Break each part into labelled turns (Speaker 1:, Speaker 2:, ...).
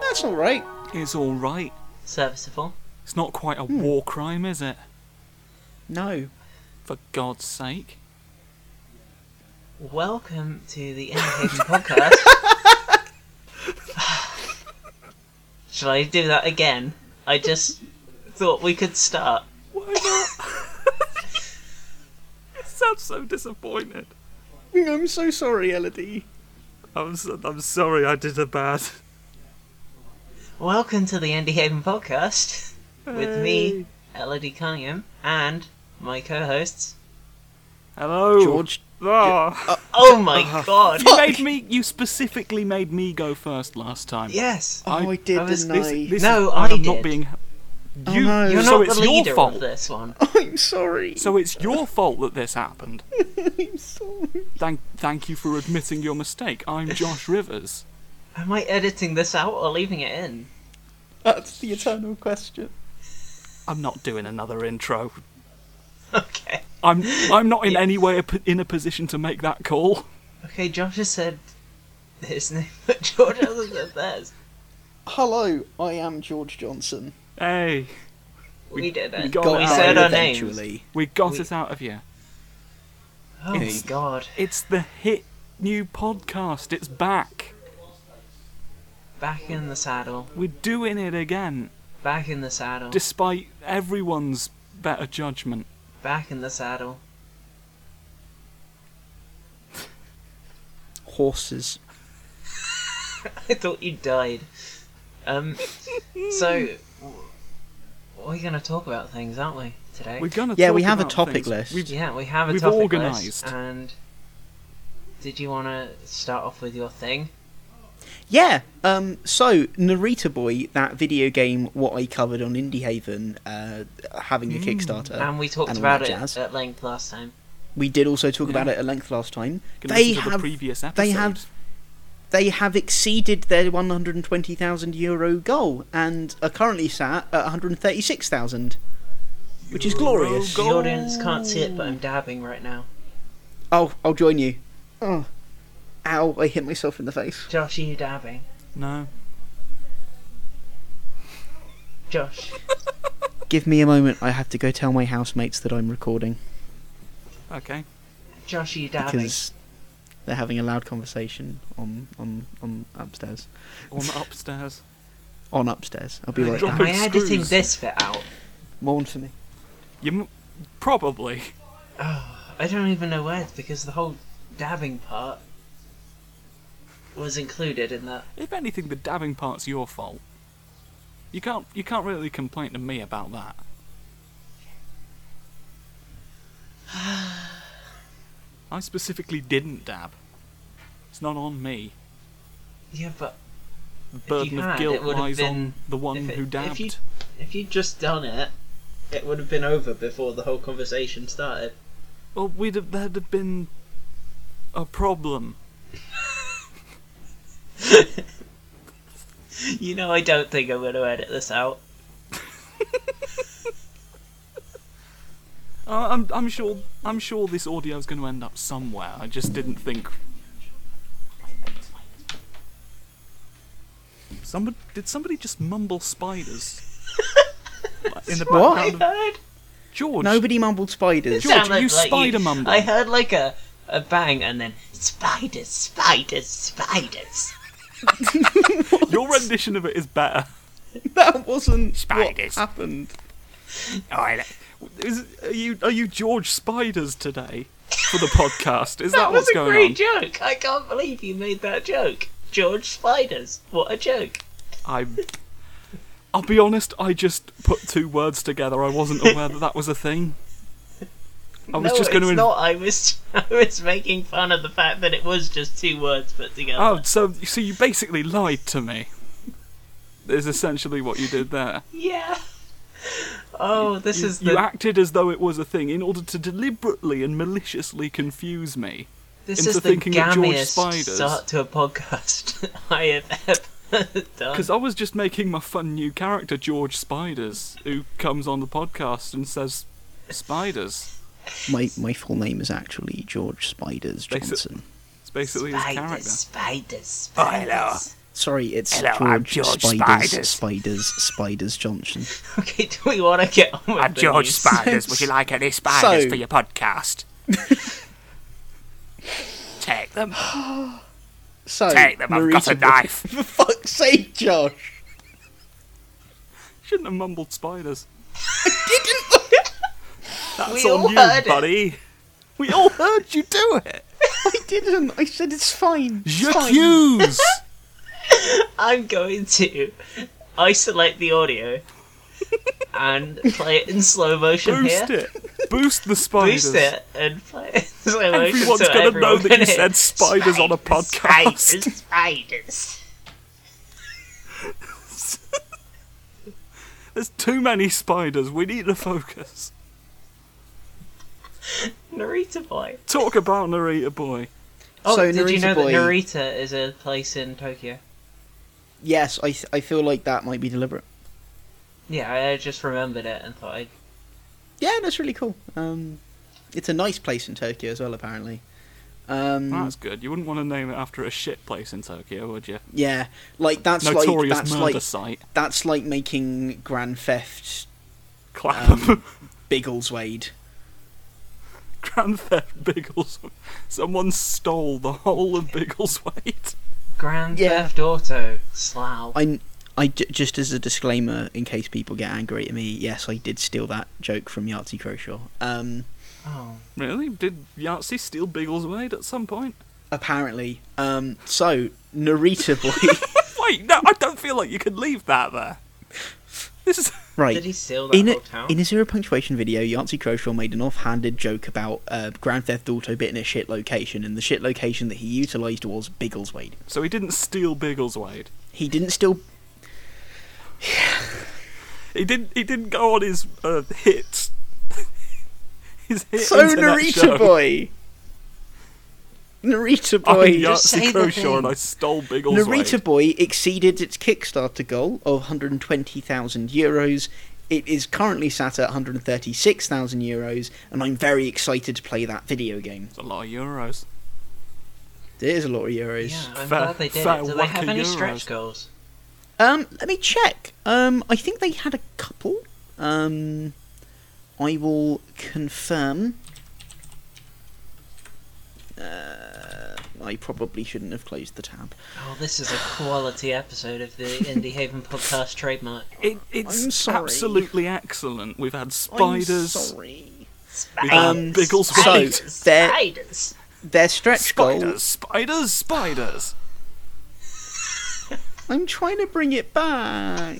Speaker 1: That's all right.
Speaker 2: It's all right.
Speaker 3: Serviceable.
Speaker 2: It's not quite a
Speaker 3: Hmm.
Speaker 2: war crime, is it?
Speaker 1: No.
Speaker 2: For God's sake.
Speaker 3: Welcome to the Indication Podcast. Shall I do that again? I just thought we could start.
Speaker 2: Why not? it sounds so disappointed.
Speaker 1: Mm, I'm so sorry, Elodie.
Speaker 2: I'm, so, I'm sorry I did a bad.
Speaker 3: Welcome to the Indie Haven Podcast with
Speaker 2: Hey.
Speaker 3: me, Elodie Cunningham, and my co-hosts.
Speaker 2: Hello.
Speaker 1: George.
Speaker 2: Ah.
Speaker 3: Oh my god!
Speaker 2: you made me. You specifically made me go first last time.
Speaker 3: Yes.
Speaker 1: Oh, I,
Speaker 2: I-
Speaker 1: did,
Speaker 3: I was-
Speaker 1: didn't
Speaker 2: This,
Speaker 1: I?
Speaker 2: this
Speaker 3: No,
Speaker 2: is,
Speaker 3: I
Speaker 2: am not
Speaker 3: did.
Speaker 2: being.
Speaker 1: Oh,
Speaker 2: You,
Speaker 1: no.
Speaker 3: You're
Speaker 2: so
Speaker 3: not
Speaker 2: it's
Speaker 3: the
Speaker 2: your
Speaker 3: leader
Speaker 2: fault.
Speaker 3: of this one.
Speaker 1: I'm sorry.
Speaker 2: So it's your fault that this happened.
Speaker 1: I'm sorry.
Speaker 2: Thank, thank you for admitting your mistake. I'm Josh Rivers.
Speaker 3: Am I editing this out or leaving it in?
Speaker 1: That's the eternal question.
Speaker 2: I'm not doing another intro.
Speaker 3: Okay.
Speaker 2: I'm, I'm not in any way a p in a position to make that call.
Speaker 3: Okay, Josh has said his name, but George hasn't said theirs.
Speaker 1: Hello, I am George Johnson.
Speaker 2: Hey,
Speaker 3: We, did it.
Speaker 2: we
Speaker 3: We,
Speaker 2: got it out
Speaker 3: said
Speaker 2: of
Speaker 3: our names.
Speaker 1: eventually.
Speaker 2: we got
Speaker 3: We-
Speaker 2: it out of you.
Speaker 3: Oh my god.
Speaker 2: It's the hit new podcast. It's back.
Speaker 3: Back in the saddle.
Speaker 2: We're doing it again,
Speaker 3: Back in the saddle.
Speaker 2: despite everyone's better judgment.
Speaker 3: Back in the saddle.
Speaker 1: Horses.
Speaker 3: I thought you died. Um, so, w- we're going to talk about things, aren't we, today?
Speaker 2: We're gonna.
Speaker 1: Yeah,
Speaker 2: talk
Speaker 1: we have a
Speaker 2: about
Speaker 1: topic
Speaker 2: things.
Speaker 1: list.
Speaker 2: We've-
Speaker 3: Yeah, we have a
Speaker 2: We've
Speaker 3: topic
Speaker 2: organised.
Speaker 3: list. And did you want to start off with your thing?
Speaker 1: Yeah. Um. So Narita Boy, that video game, what I covered on Indie Haven, uh, having a Kickstarter,
Speaker 3: and we talked
Speaker 1: Uh, all
Speaker 3: about
Speaker 1: that
Speaker 3: it
Speaker 1: jazz.
Speaker 3: at length last time.
Speaker 1: We did also talk
Speaker 2: Yeah.
Speaker 1: about it at length last time.
Speaker 2: Can
Speaker 1: they
Speaker 2: listen to the
Speaker 1: have
Speaker 2: previous
Speaker 1: they
Speaker 2: episode.
Speaker 1: have they have exceeded their 120,000 euro goal and are currently sat at 136,000, which is glorious.
Speaker 2: Euro
Speaker 3: The audience can't see it, but I'm dabbing right now.
Speaker 1: Oh, I'll join you. Oh, ow! I hit myself in the face.
Speaker 3: Josh, are you dabbing?
Speaker 2: No.
Speaker 3: Josh,
Speaker 1: Give me a moment. I have to go tell my housemates that I'm recording
Speaker 2: Okay.
Speaker 3: Josh, are you dabbing?
Speaker 1: because they're having a loud conversation on on on upstairs.
Speaker 2: On upstairs.
Speaker 1: On upstairs. I'll be right
Speaker 2: Drop
Speaker 1: back.
Speaker 3: Am
Speaker 2: it.
Speaker 3: I editing
Speaker 2: screws.
Speaker 3: this bit out?
Speaker 1: Mourn for me.
Speaker 2: You m- probably.
Speaker 3: I don't even know where because the whole dabbing part was included in that.
Speaker 2: If anything, the dabbing part's your fault. You can't. You can't really complain to me about that. I specifically didn't dab. It's not on me.
Speaker 3: Yeah, but
Speaker 2: The
Speaker 3: you
Speaker 2: burden
Speaker 3: had,
Speaker 2: of
Speaker 3: it
Speaker 2: guilt
Speaker 3: would have
Speaker 2: lies on
Speaker 3: been-
Speaker 2: the one
Speaker 3: if it-
Speaker 2: who
Speaker 3: if
Speaker 2: dabbed.
Speaker 3: you- if you'd just done it, it would have been over before the whole conversation started.
Speaker 2: Well, we'd have, there'd have been a problem.
Speaker 3: You know, I don't think I'm going to edit this out.
Speaker 2: Uh, I'm, I'm sure. I'm sure this audio is going to end up somewhere. I just didn't think. Somebody did somebody just mumble spiders in the
Speaker 1: What?
Speaker 3: I
Speaker 2: background? Of,
Speaker 3: heard.
Speaker 2: George,
Speaker 1: Nobody mumbled spiders.
Speaker 2: George,
Speaker 3: sounded
Speaker 2: you
Speaker 3: like
Speaker 2: spider mumble.
Speaker 3: I heard like a, a bang and then spiders, spiders, spiders.
Speaker 2: your rendition of it is better.
Speaker 1: that wasn't
Speaker 2: Spiders.
Speaker 1: what happened.
Speaker 2: Is, are you are you George Spiders today for the podcast? Is that,
Speaker 3: That was
Speaker 2: what's
Speaker 3: a
Speaker 2: going
Speaker 3: great
Speaker 2: on?
Speaker 3: joke. I can't believe you made that joke. George Spiders. What a joke.
Speaker 2: I. I'll be honest. I just put two words together. I wasn't aware that that was a thing. I was
Speaker 3: no,
Speaker 2: just going
Speaker 3: it's
Speaker 2: to
Speaker 3: not. I was I was making fun of the fact that it was just two words put together.
Speaker 2: Oh, so so you basically lied to me. Is essentially what you did there.
Speaker 3: Yeah. Oh, this
Speaker 2: You,
Speaker 3: is
Speaker 2: you
Speaker 3: the
Speaker 2: acted as though it was a thing in order to deliberately and maliciously confuse me.
Speaker 3: this
Speaker 2: into
Speaker 3: is the
Speaker 2: thinking that George
Speaker 3: gammiest
Speaker 2: Spiders-
Speaker 3: start to a podcast I have ever done.
Speaker 2: Because I was just making my fun new character, George Spiders, who comes on the podcast and says, Spiders.
Speaker 1: My my full name is actually George Spiders
Speaker 2: Basi-
Speaker 1: Johnson.
Speaker 2: It's basically his character.
Speaker 3: Spiders, spiders, spiders.
Speaker 1: Sorry, it's
Speaker 4: Hello,
Speaker 1: George,
Speaker 4: I'm George
Speaker 1: Spiders,
Speaker 4: Spiders.
Speaker 1: Spiders, Spiders Johnson.
Speaker 3: Okay, do we want to get on with
Speaker 4: I'm
Speaker 3: the
Speaker 4: George
Speaker 3: news?
Speaker 4: Spiders. Would you like any spiders
Speaker 1: So-
Speaker 4: for your podcast? Take them.
Speaker 1: So,
Speaker 4: Take them. I've got a
Speaker 1: Narita-
Speaker 4: knife.
Speaker 1: For fuck's sake, Josh!
Speaker 2: Shouldn't have mumbled spiders. That's
Speaker 3: We
Speaker 2: on
Speaker 3: all
Speaker 2: you,
Speaker 3: heard it.
Speaker 2: buddy. We all heard you do it.
Speaker 1: I didn't. I said it's fine. It's fine.
Speaker 2: J'accuse.
Speaker 3: I'm going to isolate the audio and play it in slow motion
Speaker 2: Boost
Speaker 3: here.
Speaker 2: it. Boost the spiders.
Speaker 3: Boost it and play it in slow motion.
Speaker 2: Everyone's
Speaker 3: so
Speaker 2: gonna
Speaker 3: everyone
Speaker 2: know that
Speaker 3: can
Speaker 2: you
Speaker 3: hear.
Speaker 2: said spiders on a podcast.
Speaker 3: Spiders, spiders.
Speaker 2: There's too many spiders. We need to focus.
Speaker 3: Narita boy.
Speaker 2: Talk about Narita Boy.
Speaker 3: Oh,
Speaker 1: So,
Speaker 3: did you
Speaker 1: Narita
Speaker 3: know
Speaker 1: boy-
Speaker 3: that Narita is a place in Tokyo?
Speaker 1: Yes, I, th- I feel like that might be deliberate.
Speaker 3: Yeah, I uh, just remembered it and thought I'd...
Speaker 1: Yeah, that's really cool. Um, it's a nice place in Tokyo as well, apparently. Um,
Speaker 2: That's good. You wouldn't want to name it after a shit place in Tokyo, would you?
Speaker 1: Yeah, like that's like
Speaker 2: Notorious
Speaker 1: that's
Speaker 2: murder
Speaker 1: like
Speaker 2: site.
Speaker 1: that's like making Grand Theft
Speaker 2: Clapham.
Speaker 1: Um, Biggleswade.
Speaker 2: Grand Theft Biggles. Someone stole the whole of Biggleswade.
Speaker 3: Grand
Speaker 1: Yeah.
Speaker 3: Theft Auto, Slough.
Speaker 1: I, I j- just as a disclaimer, in case people get angry at me, yes, I did steal that joke from Yahtzee Croshaw. Um,
Speaker 3: Oh,
Speaker 2: Really? Did Yahtzee steal Biggleswade at some point?
Speaker 1: apparently, um, so Narita boy,
Speaker 2: Wait, no, I don't feel like you can leave that there. This is.
Speaker 1: right?
Speaker 3: did he steal that
Speaker 1: in
Speaker 3: whole
Speaker 1: a,
Speaker 3: town?
Speaker 1: in a zero punctuation video, Yahtzee Croshaw made an offhanded joke about uh, Grand Theft Auto bit in a shit location, and the shit location that he utilised was Biggleswade.
Speaker 2: So he didn't steal Biggleswade.
Speaker 1: He didn't steal.
Speaker 2: He didn't. He didn't go on his uh, hit. his hit.
Speaker 1: So
Speaker 2: internet
Speaker 1: Narita
Speaker 2: show.
Speaker 1: boy, Narita
Speaker 2: I'm
Speaker 1: boy,
Speaker 3: just say
Speaker 2: Yahtzee
Speaker 3: the
Speaker 2: Croshaw and
Speaker 3: thing.
Speaker 2: I stole Biggleswade.
Speaker 1: Narita Boy exceeded its Kickstarter goal of 120,000 euros. It is currently sat at 136,000 euros, and I'm very excited to play that video game.
Speaker 2: It's a lot of euros.
Speaker 1: It is a lot of euros.
Speaker 3: yeah, I'm
Speaker 2: Fair-
Speaker 3: glad they did
Speaker 2: fair
Speaker 3: it. Do they have
Speaker 2: whack of
Speaker 3: any
Speaker 2: Euros.
Speaker 3: stretch goals?
Speaker 1: Um, let me check. Um, I think they had a couple. Um, I will confirm. Uh, I probably shouldn't have closed the tab.
Speaker 3: Oh, this is a quality episode of the Indie Haven podcast trademark.
Speaker 2: It,
Speaker 1: I'm
Speaker 2: it's
Speaker 1: sorry.
Speaker 2: absolutely excellent. We've had
Speaker 1: I'm
Speaker 2: spiders.
Speaker 1: sorry.
Speaker 2: We've had
Speaker 1: Um,
Speaker 2: Biggleswade.
Speaker 1: so- there- Their stretch goal
Speaker 2: Spiders, spiders, spiders.
Speaker 1: I'm trying to bring it back.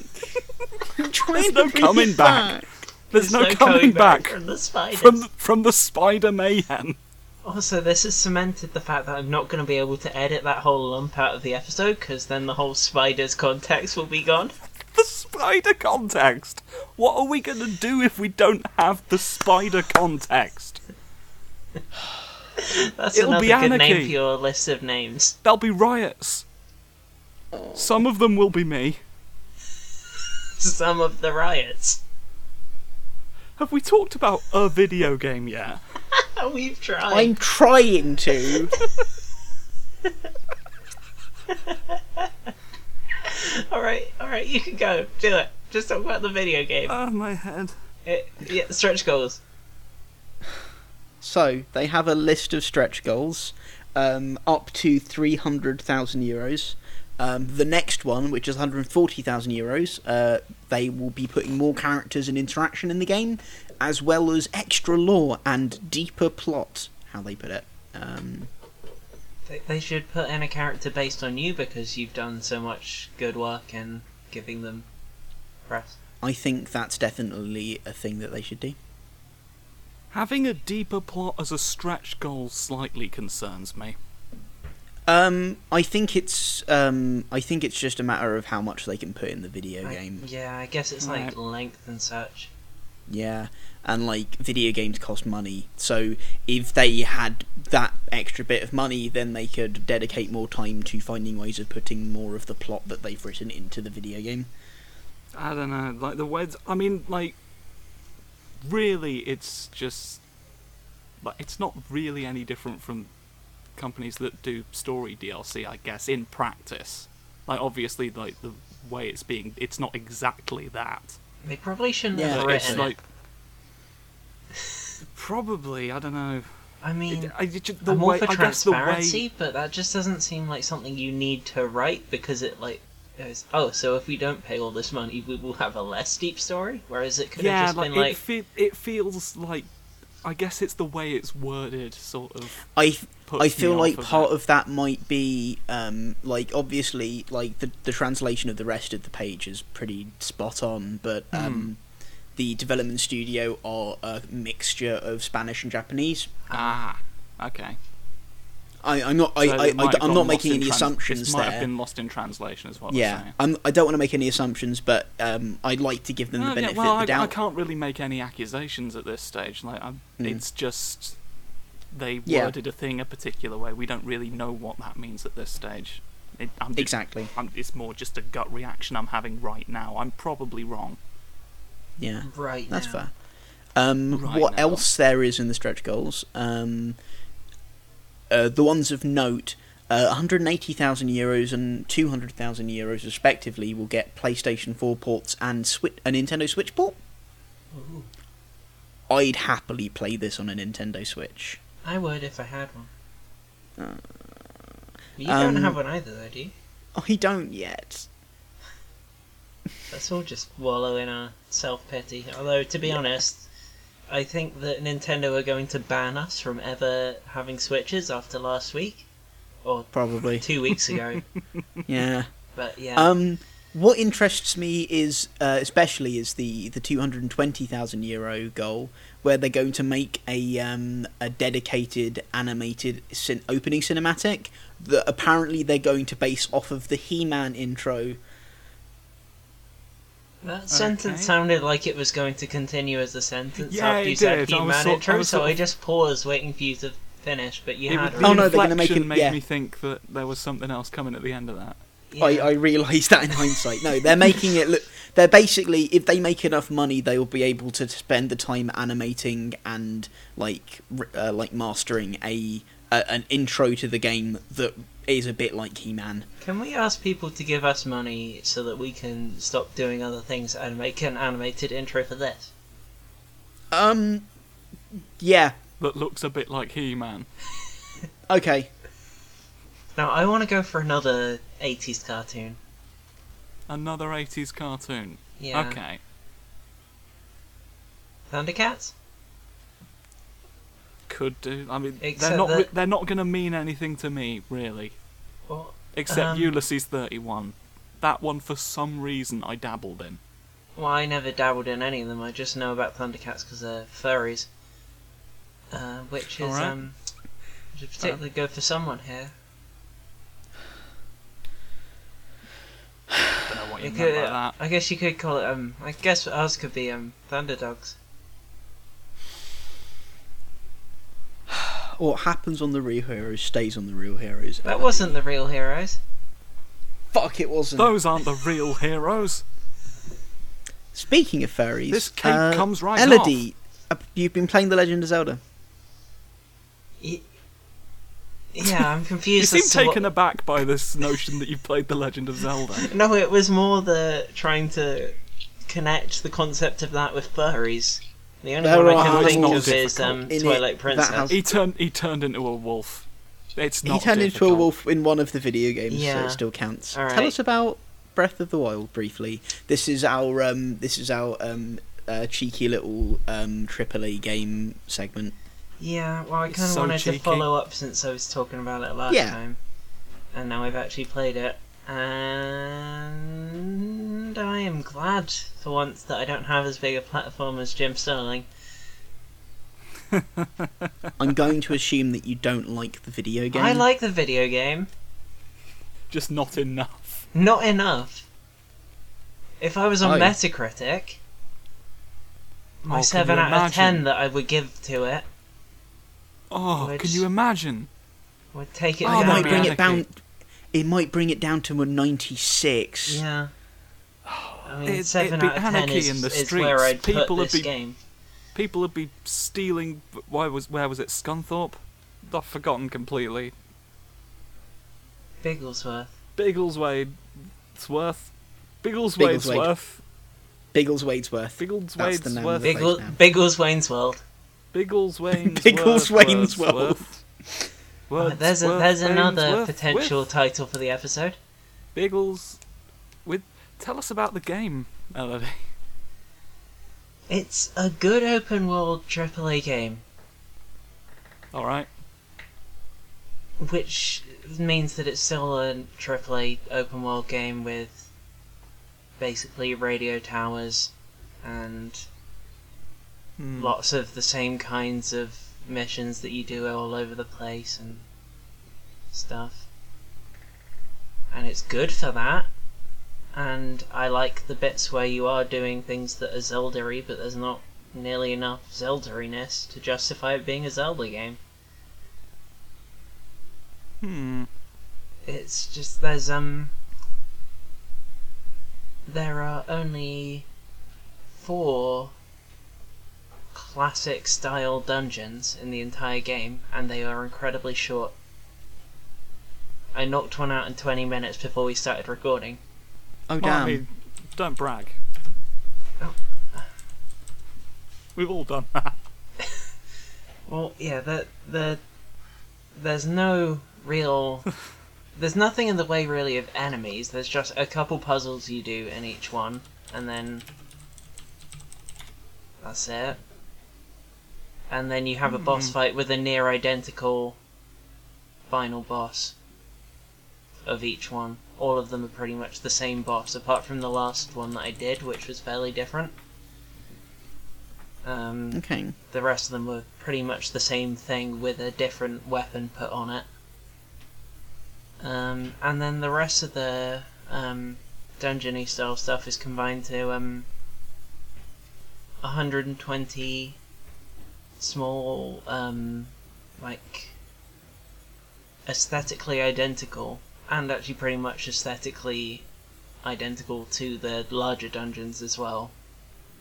Speaker 1: I'm trying
Speaker 2: no
Speaker 1: to bring
Speaker 2: coming
Speaker 1: it
Speaker 2: back.
Speaker 1: back.
Speaker 2: There's, no, coming back
Speaker 3: from the spiders.
Speaker 2: from from the spider mayhem.
Speaker 3: Also, this has cemented the fact that I'm not going to be able to edit that whole lump out of the episode because then the whole spiders context will be gone.
Speaker 2: The spider context. What are we gonna do if we don't have the spider context?
Speaker 3: That's
Speaker 2: It'll
Speaker 3: another
Speaker 2: be
Speaker 3: good name
Speaker 2: anarchy.
Speaker 3: for your list of names.
Speaker 2: There'll be riots. Some of them will be me.
Speaker 3: Some of the riots.
Speaker 2: Have we talked about a video game yet?
Speaker 3: Oh, We've tried.
Speaker 1: I'm trying to.
Speaker 3: All right, all right, you can go. Do it. Just talk about the video game.
Speaker 2: Ah, my head.
Speaker 3: It- yeah, stretch goals.
Speaker 1: So they have a list of stretch goals, um, up to three hundred thousand euros. Um, the next one, which is one hundred forty thousand euros, uh, they will be putting more characters and interaction in the game, as well as extra lore and deeper plot. How they put it. Um,
Speaker 3: They, they should put in a character based on you because you've done so much good work in giving them press.
Speaker 1: I think that's definitely a thing that they should do.
Speaker 2: Having a deeper plot as a stretch goal slightly concerns me.
Speaker 1: Um, I think it's um, I think it's just a matter of how much they can put in the video
Speaker 3: I-
Speaker 1: game.
Speaker 3: yeah, I guess it's like
Speaker 2: Right.
Speaker 3: length and such.
Speaker 1: Yeah, and like video games cost money, so if they had that extra bit of money, then they could dedicate more time to finding ways of putting more of the plot that they've written into the video game.
Speaker 2: I don't know, like the way. I mean, like, really, it's just like it's not really any different from companies that do story DLC, I guess, in practice. Like obviously, like the way it's being, it's not exactly that.
Speaker 3: They probably shouldn't
Speaker 1: Yeah.
Speaker 3: have
Speaker 2: But it's
Speaker 3: written
Speaker 2: like
Speaker 3: it.
Speaker 2: probably I don't know.
Speaker 3: I mean,
Speaker 2: I, it ju- the
Speaker 3: I'm
Speaker 2: way
Speaker 3: all for
Speaker 2: I guess the
Speaker 3: transparency,
Speaker 2: way
Speaker 3: but that just doesn't seem like something you need to write because it like goes, oh, so if we don't pay all this money, we will have a less deep story. Whereas it could
Speaker 2: yeah,
Speaker 3: have just
Speaker 2: like,
Speaker 3: been like,
Speaker 2: it, fe- it feels like I guess it's the way it's worded, sort of.
Speaker 1: I
Speaker 2: puts
Speaker 1: I feel
Speaker 2: me
Speaker 1: like
Speaker 2: off of
Speaker 1: part
Speaker 2: it.
Speaker 1: of that might be um, like obviously like the the translation of the rest of the page is pretty spot on, but
Speaker 2: Hmm.
Speaker 1: um, the development studio are a mixture of Spanish and Japanese.
Speaker 2: Ah, okay.
Speaker 1: I, I'm not I,
Speaker 2: So
Speaker 1: I,
Speaker 2: it might have
Speaker 1: I am
Speaker 2: gotten
Speaker 1: not
Speaker 2: lost
Speaker 1: making
Speaker 2: in
Speaker 1: any
Speaker 2: trans-
Speaker 1: assumptions
Speaker 2: This might
Speaker 1: there.
Speaker 2: have been lost in translation, is what I'm
Speaker 1: yeah,
Speaker 2: saying.
Speaker 1: I'm, I don't want to make any assumptions, but um, I'd like to give them
Speaker 2: No,
Speaker 1: the
Speaker 2: yeah,
Speaker 1: benefit
Speaker 2: well,
Speaker 1: of
Speaker 2: I,
Speaker 1: the
Speaker 2: I
Speaker 1: doubt.
Speaker 2: can't really make any accusations at this stage. Like, I'm,
Speaker 1: Mm.
Speaker 2: it's just they
Speaker 1: Yeah.
Speaker 2: worded a thing a particular way. We don't really know what that means at this stage. It, I'm just,
Speaker 1: Exactly.
Speaker 2: I'm, it's more just a gut reaction I'm having right now. I'm probably wrong.
Speaker 1: Yeah.
Speaker 3: right,
Speaker 1: That's
Speaker 3: now.
Speaker 1: fair. Um,
Speaker 2: Right
Speaker 1: what
Speaker 2: now.
Speaker 1: else there is in the stretch goals? Um, uh, the ones of note: uh, 180,000 euros and 200,000 euros, respectively, will get PlayStation 4 ports and Swi- a Nintendo Switch port.
Speaker 3: Ooh,
Speaker 1: I'd happily play this on a Nintendo Switch.
Speaker 3: I would if I had one.
Speaker 1: Uh,
Speaker 3: you
Speaker 1: um,
Speaker 3: don't have one either, though, do you?
Speaker 1: I don't yet.
Speaker 3: Let's all just wallow in our self pity. Although, to be honest, I think that Nintendo are going to ban us from ever having Switches after last week or
Speaker 1: Probably.
Speaker 3: two weeks ago.
Speaker 1: yeah.
Speaker 3: but yeah,
Speaker 1: Um, what interests me is uh, especially is the the two hundred and twenty thousand euro goal, where they're going to make a um, a dedicated animated cin- opening cinematic that apparently they're going to base off of the He Man intro.
Speaker 3: that sentence
Speaker 2: okay.
Speaker 3: sounded like it was going to continue as a sentence
Speaker 2: Yeah,
Speaker 3: after you
Speaker 2: it
Speaker 3: said
Speaker 2: did. I
Speaker 3: He
Speaker 2: was
Speaker 3: Man
Speaker 2: sort-
Speaker 3: intro,
Speaker 2: I was
Speaker 3: so
Speaker 2: sort
Speaker 3: I
Speaker 2: of-
Speaker 3: just paused waiting for you to finish, but you
Speaker 2: It
Speaker 3: had
Speaker 2: was,
Speaker 3: it.
Speaker 2: the
Speaker 1: Oh,
Speaker 2: oh,
Speaker 1: no, they're gonna make
Speaker 2: inflection
Speaker 1: it-
Speaker 2: made
Speaker 1: yeah.
Speaker 2: me think that there was something else coming at the end of that.
Speaker 1: I, I realised that in hindsight. No, they're making it look. They're basically if they make enough money, they will be able to spend the time animating and like r- uh, like mastering a, a an intro to the game that is a bit like He Man.
Speaker 3: Can we ask people to give us money so that we can stop doing other things and make an animated intro for this?
Speaker 1: Um, yeah.
Speaker 2: That looks a bit like He-Man.
Speaker 1: Okay.
Speaker 3: Now, I want to go for another 80s cartoon.
Speaker 2: Another 80s cartoon.
Speaker 3: Yeah.
Speaker 2: Okay.
Speaker 3: Thundercats?
Speaker 2: Could do. I mean,
Speaker 3: Except
Speaker 2: they're not. re-
Speaker 3: that-
Speaker 2: They're not going to mean anything to me, really.
Speaker 3: Well,
Speaker 2: Except
Speaker 3: Um,
Speaker 2: Ulysses 31. That one, for some reason, I dabbled in.
Speaker 3: well, I never dabbled in any of them. I just know about Thundercats because they're furries. Uh, which is,
Speaker 2: Alright.
Speaker 3: um, which is particularly good for someone here.
Speaker 2: I don't know what you
Speaker 3: You
Speaker 2: meant
Speaker 3: could,
Speaker 2: by that.
Speaker 3: I guess you could call it, um, I guess ours could be, um, Thunderdogs.
Speaker 1: What happens on the Real Heroes stays on the Real Heroes. Oh,
Speaker 3: That wasn't the real heroes.
Speaker 1: Fuck, it wasn't.
Speaker 2: Those aren't the real heroes.
Speaker 1: Speaking of fairies, uh,
Speaker 2: This cape comes right
Speaker 1: Elodie, uh, you've been playing The Legend of Zelda.
Speaker 3: Y- Yeah, I'm
Speaker 2: You
Speaker 3: confused.
Speaker 2: seem
Speaker 3: as to what-
Speaker 2: taken aback by this notion that you played The Legend of Zelda.
Speaker 3: No, it was more the trying to connect the concept of that with furries. The only
Speaker 1: There
Speaker 3: one
Speaker 1: are
Speaker 3: I can
Speaker 1: animals
Speaker 3: think of
Speaker 2: difficult
Speaker 3: is um,
Speaker 1: in it
Speaker 3: Twilight
Speaker 1: that
Speaker 3: Princess.
Speaker 1: has-
Speaker 2: He turned. He turned into a wolf. It's not.
Speaker 1: he turned into a
Speaker 2: difficult.
Speaker 1: wolf in one of the video games, so
Speaker 3: Yeah.
Speaker 1: it still counts.
Speaker 3: All
Speaker 1: Tell
Speaker 3: right.
Speaker 1: us about Breath of the Wild briefly. This is our um, this is our um, uh, cheeky little um, AAA game segment.
Speaker 3: Yeah, well, I
Speaker 2: It's
Speaker 3: kind of
Speaker 2: so
Speaker 3: wanted
Speaker 2: cheeky.
Speaker 3: to follow up since I was talking about it last
Speaker 1: Yeah.
Speaker 3: time, and now I've actually played it, and I am glad for once that I don't have as big a platform as Jim Sterling.
Speaker 1: I'm going to assume that you don't like the video game.
Speaker 3: I like the video game,
Speaker 2: Just not enough.
Speaker 3: not enough. If I was on
Speaker 1: Oh.
Speaker 3: Metacritic,
Speaker 2: Oh,
Speaker 3: my
Speaker 2: can
Speaker 3: seven
Speaker 2: you
Speaker 3: out of ten
Speaker 2: imagine?
Speaker 3: that I would give to it
Speaker 2: Oh,
Speaker 3: Which-
Speaker 2: can you imagine?
Speaker 3: would take it
Speaker 2: Oh,
Speaker 1: it
Speaker 3: down.
Speaker 1: might
Speaker 2: that'd
Speaker 1: bring
Speaker 2: be
Speaker 1: it down.
Speaker 2: anarchy.
Speaker 1: It might bring it down to a 96.
Speaker 3: Yeah. I mean,
Speaker 2: It'd- it'd
Speaker 3: seven
Speaker 2: be
Speaker 3: out of ten
Speaker 2: anarchy
Speaker 3: is,
Speaker 2: in the
Speaker 3: is where
Speaker 2: streets.
Speaker 3: I'd
Speaker 2: People
Speaker 3: put
Speaker 2: would
Speaker 3: this
Speaker 2: be-
Speaker 3: game.
Speaker 2: People would be stealing. Why was? Where was it? Scunthorpe. I've forgotten completely.
Speaker 3: Bigglesworth.
Speaker 2: Biggleswade Bigglesworth. Biggleswadesworth.
Speaker 1: Biggles Wadesworth. That's the name of
Speaker 2: Biggleswadesworth.
Speaker 1: it.
Speaker 3: Biggle,
Speaker 1: now.
Speaker 3: Biggles Wayne's World.
Speaker 2: Biggles Wayne's
Speaker 1: Biggles Wayne's World.
Speaker 3: Oh, there's a, there's another potential title for the episode.
Speaker 2: Biggles with tell us about the game, Melody.
Speaker 3: It's a good open world AAA game,
Speaker 2: All right.
Speaker 3: which means that it's still a AAA open world game with basically radio towers and
Speaker 2: Hmm.
Speaker 3: lots of the same kinds of missions that you do all over the place and stuff. And it's good for that. And I like the bits where you are doing things that are Zelda-y, but there's not nearly enough Zelda-iness to justify it being a Zelda game.
Speaker 2: Hmm.
Speaker 3: It's just there's um there are only four classic style dungeons in the entire game and they are incredibly short. I knocked one out in 20 minutes before we started recording.
Speaker 1: Oh,
Speaker 2: Well, I
Speaker 1: damn.
Speaker 2: mean, don't brag.
Speaker 3: Oh.
Speaker 2: We've all done that.
Speaker 3: Well, yeah, the the there's no real there's nothing in the way really of enemies. There's just a couple puzzles you do in each one, and then that's it. And then you have a boss fight with a near identical final boss of each one. All of them are pretty much the same boss, apart from the last one that I did, which was fairly different. Um,
Speaker 1: Okay.
Speaker 3: the rest of them were pretty much the same thing with a different weapon put on it. Um, and then the rest of the um, dungeony style stuff is combined to um, 120 small, um, like, aesthetically identical, and actually pretty much aesthetically identical to the larger dungeons as well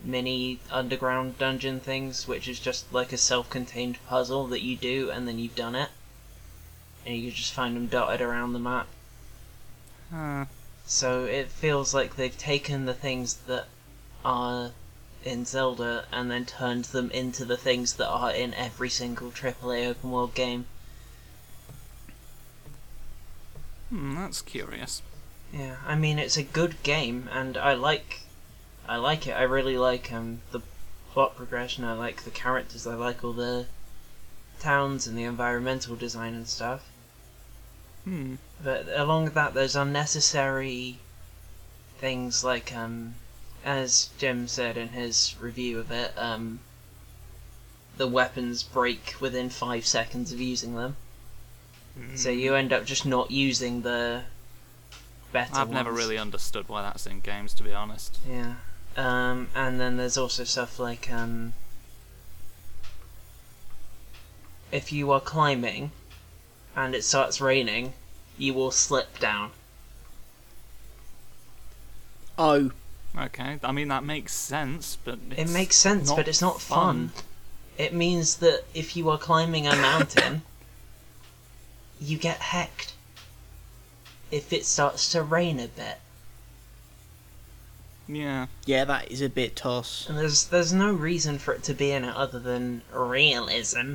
Speaker 3: mini underground dungeon things, which is just like a self-contained puzzle that you do and then you've done it, and you can just find them dotted around the map.
Speaker 2: Uh,
Speaker 3: So it feels like they've taken the things that are in Zelda and then turned them into the things that are in every single AAA open world game.
Speaker 2: hmm, that's curious.
Speaker 3: Yeah, I mean it's a good game, and I like, I like it. I really like um the plot progression. I like the characters. I like all the towns and the environmental design and stuff.
Speaker 2: Hmm.
Speaker 3: But along with that, there's unnecessary things like, um, as Jim said in his review of it, um, the weapons break within five seconds of using them. So you
Speaker 2: Mm.
Speaker 3: end up just not using the better
Speaker 2: I've never
Speaker 3: ones.
Speaker 2: really understood why that's in games, to be honest.
Speaker 3: Yeah. Um, and then there's also stuff like um, if you are climbing and it starts raining, you will slip down.
Speaker 1: Oh,
Speaker 2: Okay, I mean that makes sense, but
Speaker 3: It
Speaker 2: it's
Speaker 3: makes sense,
Speaker 2: not
Speaker 3: but it's not fun. It means that if you are climbing a mountain, you get hecked. If it starts to rain a bit.
Speaker 2: Yeah.
Speaker 1: yeah, that is a bit toss.
Speaker 3: And there's there's no reason for it to be in it other than realism,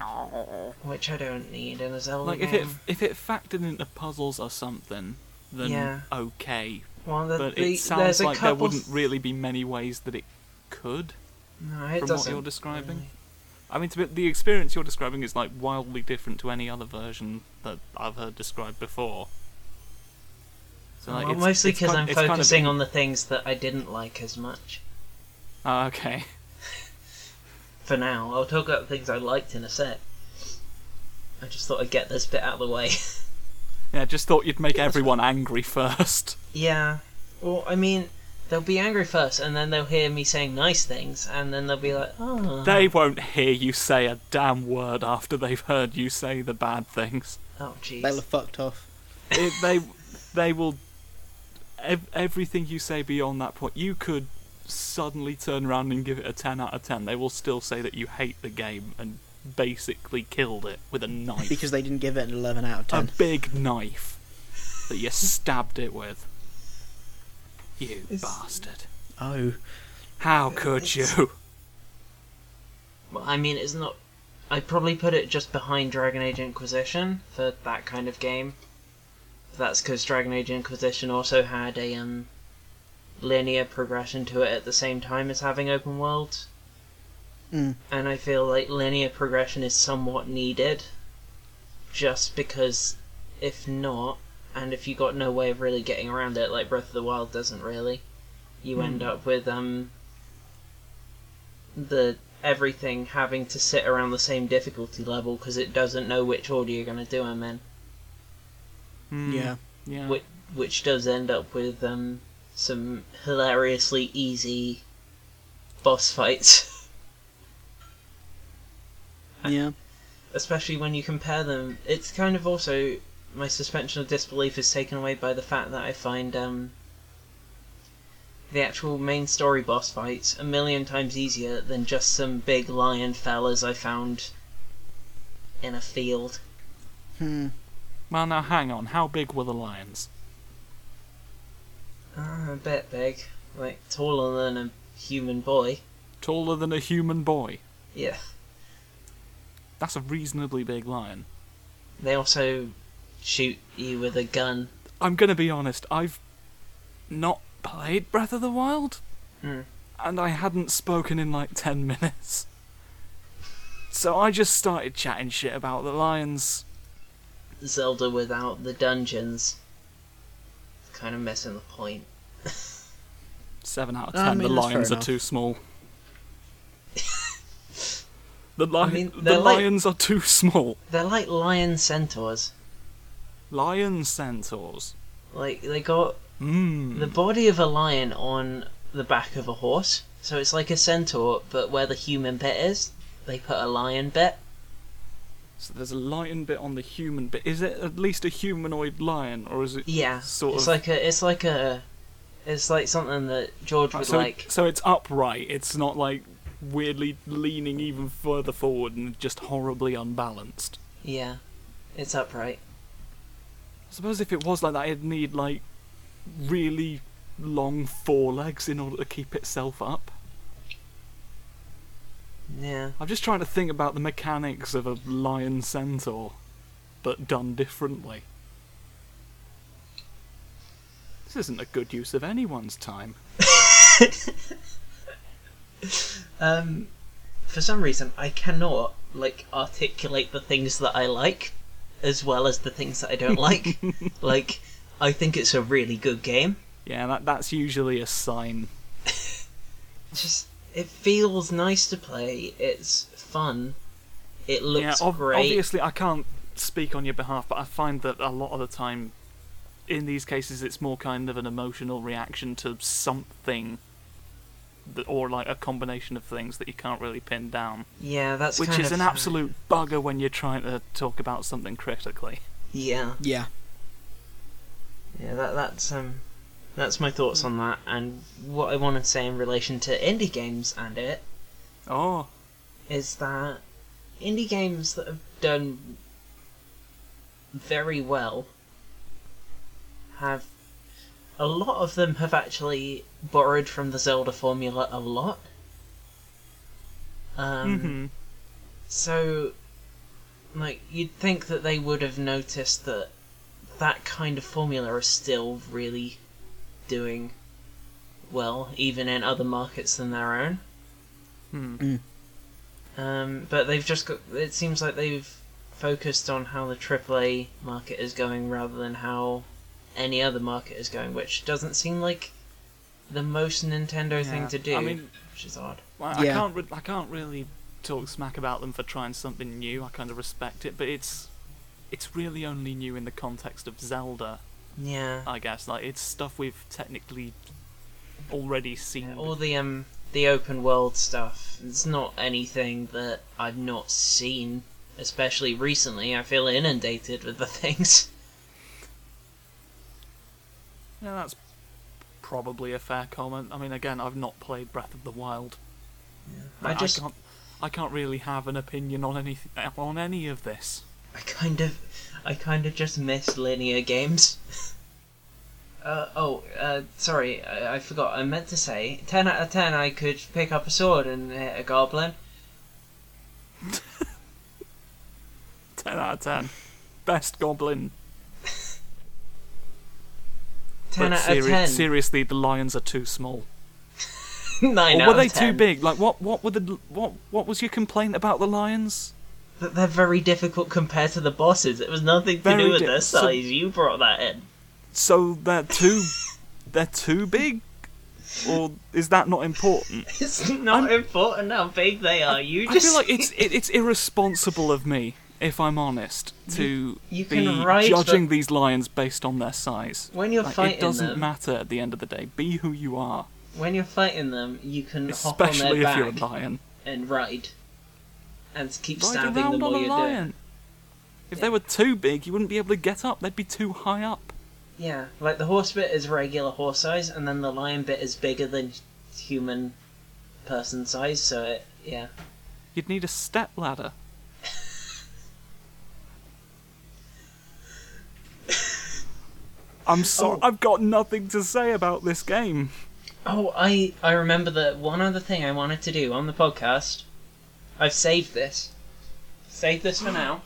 Speaker 4: Oh,
Speaker 3: which I don't need in a Zelda
Speaker 2: Like if
Speaker 3: game.
Speaker 2: it if it factored into puzzles or something, then
Speaker 3: Yeah.
Speaker 2: okay.
Speaker 3: Well, the,
Speaker 2: But
Speaker 3: the,
Speaker 2: it
Speaker 3: there's
Speaker 2: sounds
Speaker 3: a
Speaker 2: like there
Speaker 3: couple
Speaker 2: wouldn't really be many ways that it could,
Speaker 3: no, it
Speaker 2: from what
Speaker 3: doesn't
Speaker 2: you're describing.
Speaker 3: really.
Speaker 2: I mean, to be, the experience you're describing is like wildly different to any other version that I've heard described before. So
Speaker 3: well,
Speaker 2: it's-
Speaker 3: mostly
Speaker 2: it's
Speaker 3: because
Speaker 2: kind-
Speaker 3: I'm
Speaker 2: it's kind of
Speaker 3: focusing
Speaker 2: in-
Speaker 3: on the things that I didn't like as much.
Speaker 2: Ah, okay.
Speaker 3: For now, I'll talk about the things I liked in a sec. I just thought I'd get this bit out of the way.
Speaker 2: Yeah, just thought you'd make everyone angry first.
Speaker 3: yeah. Well, I mean, they'll be angry first, and then they'll hear me saying nice things, and then they'll be like, "Oh,
Speaker 2: They won't hear you say a damn word after they've heard you say the bad things.
Speaker 3: oh, jeez."
Speaker 1: They'll have fucked off.
Speaker 2: it, they they will ev- everything you say beyond that point you could suddenly turn around and give it a 10 out of 10 they will still say that you hate the game and basically killed it with a knife
Speaker 1: Because they didn't give it an 11 out of
Speaker 2: a
Speaker 1: 10.
Speaker 2: big knife that you stabbed it with. You
Speaker 3: It's-
Speaker 2: bastard.
Speaker 1: Oh,
Speaker 2: How could you?
Speaker 3: Well, I mean, it's not. I probably put it just behind Dragon Age Inquisition for that kind of game. That's because Dragon Age Inquisition also had a um, linear progression to it at the same time as having open world.
Speaker 1: Mm.
Speaker 3: And I feel like linear progression is somewhat needed, just because if not, and if you got no way of really getting around it, like Breath of the Wild doesn't really, you end up with um, the everything having to sit around the same difficulty level because it doesn't know which order you're going to do them in,
Speaker 2: Hmm,
Speaker 1: yeah.
Speaker 2: Yeah.
Speaker 3: which, which does end up with um, some hilariously easy boss fights,
Speaker 1: Yeah.
Speaker 3: especially when you compare them. It's kind of also my suspension of disbelief is taken away by the fact that I find um, the actual main story boss fights a million times easier than just some big lion fellas I found in a field.
Speaker 1: Hmm.
Speaker 2: Well, now hang on. How big were the lions?
Speaker 3: Uh, a bit big, like taller than a human boy.
Speaker 2: Taller than a human boy.
Speaker 3: Yeah.
Speaker 2: That's a reasonably big lion.
Speaker 3: They also shoot you with a gun.
Speaker 2: I'm gonna be honest. I've not played Breath of the Wild,
Speaker 3: Hmm.
Speaker 2: and I hadn't spoken in like ten minutes. So I just started chatting shit about the lions.
Speaker 3: Zelda without the dungeons. Kind of missing the point.
Speaker 2: Seven out of ten.
Speaker 1: I mean,
Speaker 2: the
Speaker 1: that's fair
Speaker 2: lions are
Speaker 1: enough.
Speaker 2: too small. the li-
Speaker 3: mean,
Speaker 2: the
Speaker 3: they're like-
Speaker 2: lions are too small.
Speaker 3: They're like lion centaurs.
Speaker 2: Lion centaurs.
Speaker 3: Like they got
Speaker 2: Mmm.
Speaker 3: the body of a lion on the back of a horse, so it's like a centaur, but where the human bit is, they put a lion bit.
Speaker 2: So there's a lion bit on the human bit. Is it at least a humanoid lion, or is it
Speaker 3: Yeah,
Speaker 2: sort
Speaker 3: it's
Speaker 2: of?
Speaker 3: like a, it's like a, it's like something that George would
Speaker 2: so,
Speaker 3: like.
Speaker 2: so it's upright. It's not like weirdly leaning even further forward and just horribly unbalanced.
Speaker 3: Yeah, it's upright.
Speaker 2: I suppose if it was like that, it'd need like really long forelegs in order to keep itself up.
Speaker 3: Yeah.
Speaker 2: I'm just trying to think about the mechanics of a lion centaur, but done differently. This isn't a good use of anyone's time.
Speaker 3: Um, for some reason, I cannot like articulate the things that I like, as well as the things that I don't like. like, I think it's a really good game.
Speaker 2: Yeah, that that's usually a sign.
Speaker 3: It's just it feels nice to play. It's fun. It looks
Speaker 2: yeah, ob-
Speaker 3: great.
Speaker 2: obviously I can't speak on your behalf, but I find that a lot of the time, in these cases, it's more kind of an emotional reaction to something, that, or like a combination of things that you can't really pin down,
Speaker 3: Yeah, that's
Speaker 2: which
Speaker 3: kind
Speaker 2: is
Speaker 3: of
Speaker 2: an
Speaker 3: how-
Speaker 2: absolute bugger when you're trying to talk about something critically.
Speaker 3: Yeah,
Speaker 1: Yeah.
Speaker 3: yeah. That that's um, that's my thoughts on that, and what I want to say in relation to indie games and it
Speaker 2: Oh,
Speaker 3: is that indie games that have done very well have a lot of them have actually borrowed from the Zelda formula a lot. Um,
Speaker 2: mhm.
Speaker 3: So, like, you'd think that they would have noticed that that kind of formula is still really doing well, even in other markets than their own.
Speaker 2: Hmm.
Speaker 1: Mm.
Speaker 3: Um, but they've just got. It seems like they've focused on how the AAA market is going rather than how any other market is going, which doesn't seem like the most Nintendo
Speaker 2: Yeah.
Speaker 3: thing to do,
Speaker 2: I mean,
Speaker 3: which is odd.
Speaker 2: Well, I
Speaker 1: Yeah.
Speaker 2: can't. Re- I can't really talk smack about them for trying something new. I kind of respect it, but it's it's really only new in the context of Zelda,
Speaker 3: Yeah.
Speaker 2: I guess. Like it's stuff we've technically already seen.
Speaker 3: Yeah, all the um the open world stuff. It's not anything that I've not seen, especially recently. I feel inundated with the things.
Speaker 2: Yeah, that's probably a fair comment. I mean, again, I've not played Breath of the Wild.
Speaker 3: I
Speaker 2: but
Speaker 3: just
Speaker 2: can't. I can't really have an opinion on any on any of this.
Speaker 3: I kind of, I kind of just miss linear games. Uh, oh, uh, sorry, I, I forgot. I meant to say, ten out of ten, I could pick up a sword and hit a goblin.
Speaker 2: 10 out of 10. Best goblin.
Speaker 3: Ten
Speaker 2: but
Speaker 3: out
Speaker 2: seri-
Speaker 3: of ten.
Speaker 2: seriously, the lions are too small.
Speaker 3: Nine
Speaker 2: Or
Speaker 3: out
Speaker 2: were they
Speaker 3: of ten.
Speaker 2: too big? Like what? What were the what? What was your complaint about the lions?
Speaker 3: But they're very difficult compared to the bosses. It was nothing to
Speaker 2: Very
Speaker 3: do with
Speaker 2: di-
Speaker 3: their
Speaker 2: so-
Speaker 3: size. You brought that in.
Speaker 2: So they're too, they're too big, or is that not important?
Speaker 3: It's not
Speaker 2: I'm-
Speaker 3: important how big they are. You
Speaker 2: I
Speaker 3: just
Speaker 2: feel like it's it, it's irresponsible of me, if I'm honest, to
Speaker 3: you can
Speaker 2: be
Speaker 3: ride
Speaker 2: judging these lions based on their size.
Speaker 3: When you're
Speaker 2: Like,
Speaker 3: fighting
Speaker 2: it doesn't
Speaker 3: them-
Speaker 2: matter at the end of the day. Be who you are,
Speaker 3: when you're fighting them, you can hop on
Speaker 2: especially
Speaker 3: their
Speaker 2: if you're a
Speaker 3: back
Speaker 2: lion.
Speaker 3: and ride, and keep
Speaker 2: Ride
Speaker 3: stabbing them
Speaker 2: around on
Speaker 3: while
Speaker 2: a
Speaker 3: you're doing.
Speaker 2: lion. If they
Speaker 3: Yeah.
Speaker 2: were too big, you wouldn't be able to get up. They'd be too high up.
Speaker 3: Yeah, like the horse bit is regular horse size, and then the lion bit is bigger than human person size. So it, yeah,
Speaker 2: You'd need a step ladder. I'm sorry. I've got nothing to say about this game.
Speaker 3: Oh, I I remember that one other thing I wanted to do on the podcast. I've saved this. Saved this for now.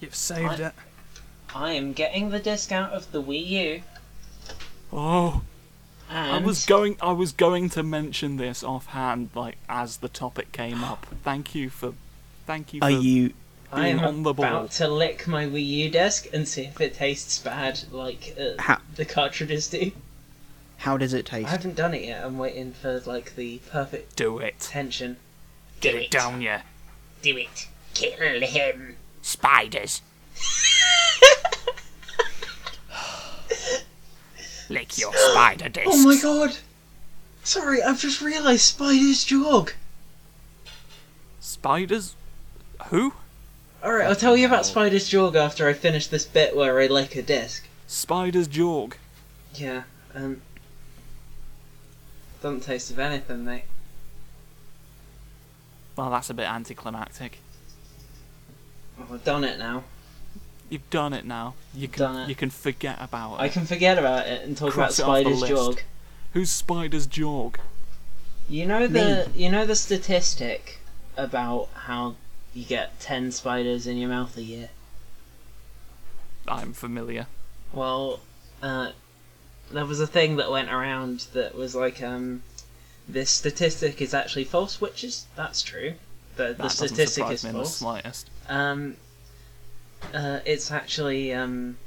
Speaker 2: You've saved
Speaker 3: I-
Speaker 2: it.
Speaker 3: I am getting the discount of the Wii U.
Speaker 2: Oh.
Speaker 3: And
Speaker 2: I was going. I was going to mention this offhand, like as the topic came up. Thank you for, thank you.
Speaker 1: Are
Speaker 2: for,
Speaker 1: you?
Speaker 3: I am
Speaker 2: being on the ball.
Speaker 3: about to lick my Wii U disc and see if it tastes bad like uh,
Speaker 1: Ha-
Speaker 3: the cartridges do.
Speaker 1: How does it
Speaker 3: I
Speaker 1: taste?
Speaker 3: haven't done it yet. I'm waiting for like the perfect
Speaker 2: Do it.
Speaker 3: tension.
Speaker 2: Get it down, yeah.
Speaker 3: Do it. Kill him.
Speaker 4: Spiders. Lick your spider discs.
Speaker 3: Oh my god. Sorry, I've just realised spiders jog.
Speaker 2: Spiders. Who?
Speaker 3: Alright, I'll tell you about Spider's Jorg after I finish this bit where I lick a disc.
Speaker 2: Spiders jorg.
Speaker 3: Yeah, um. Doesn't taste of anything, mate.
Speaker 2: Well, Oh, that's a bit anticlimactic.
Speaker 3: Oh, I've done it now.
Speaker 2: You've done it now. You can.
Speaker 3: Done it.
Speaker 2: You can forget about it.
Speaker 3: I can forget about it and talk
Speaker 2: Cross it
Speaker 3: about
Speaker 2: off the
Speaker 3: Spider's
Speaker 2: list.
Speaker 3: Jorg.
Speaker 2: Who's spiders jorg?
Speaker 3: You know the you know the statistic about how you get ten spiders in your mouth a year.
Speaker 2: I'm familiar.
Speaker 3: Well, uh, there was a thing that went around that was like, um, this statistic is actually false, which is that's true. The,
Speaker 2: That
Speaker 3: the
Speaker 2: doesn't
Speaker 3: statistic
Speaker 2: surprise
Speaker 3: is
Speaker 2: me in the
Speaker 3: false.
Speaker 2: slightest.
Speaker 3: Um, uh, it's actually um,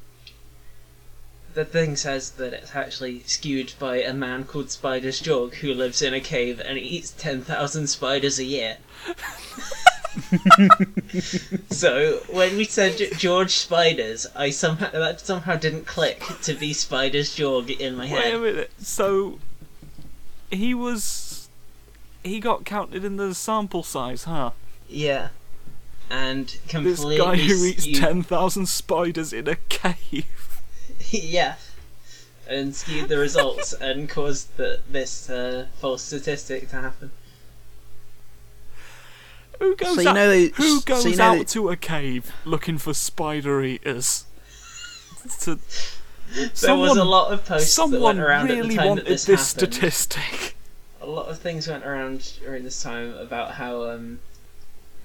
Speaker 3: the thing says that it's actually skewed by a man called Spider's Jorg who lives in a cave and eats ten thousand spiders a year. so when we said G- George Spiders, I somehow that somehow didn't click to be Spider's Jorg in my
Speaker 2: Wait a
Speaker 3: head.
Speaker 2: minute. So he was. He got counted in the sample size, huh?
Speaker 3: Yeah, and
Speaker 2: This
Speaker 3: completely
Speaker 2: guy who eats
Speaker 3: skewed-
Speaker 2: 10,000 spiders in a cave.
Speaker 3: yeah, and skewed the results and caused the, this uh, false statistic to happen.
Speaker 2: Who goes
Speaker 1: So you
Speaker 2: out,
Speaker 1: know they-
Speaker 2: who
Speaker 1: so
Speaker 2: goes
Speaker 1: you know
Speaker 2: out
Speaker 1: they-
Speaker 2: to a cave looking for spider eaters? to,
Speaker 3: There
Speaker 2: someone
Speaker 3: was a lot of posts that
Speaker 2: someone
Speaker 3: went around
Speaker 2: really
Speaker 3: at the time
Speaker 2: wanted
Speaker 3: that this, happened.
Speaker 2: statistic.
Speaker 3: a lot of things went around during this time about how um,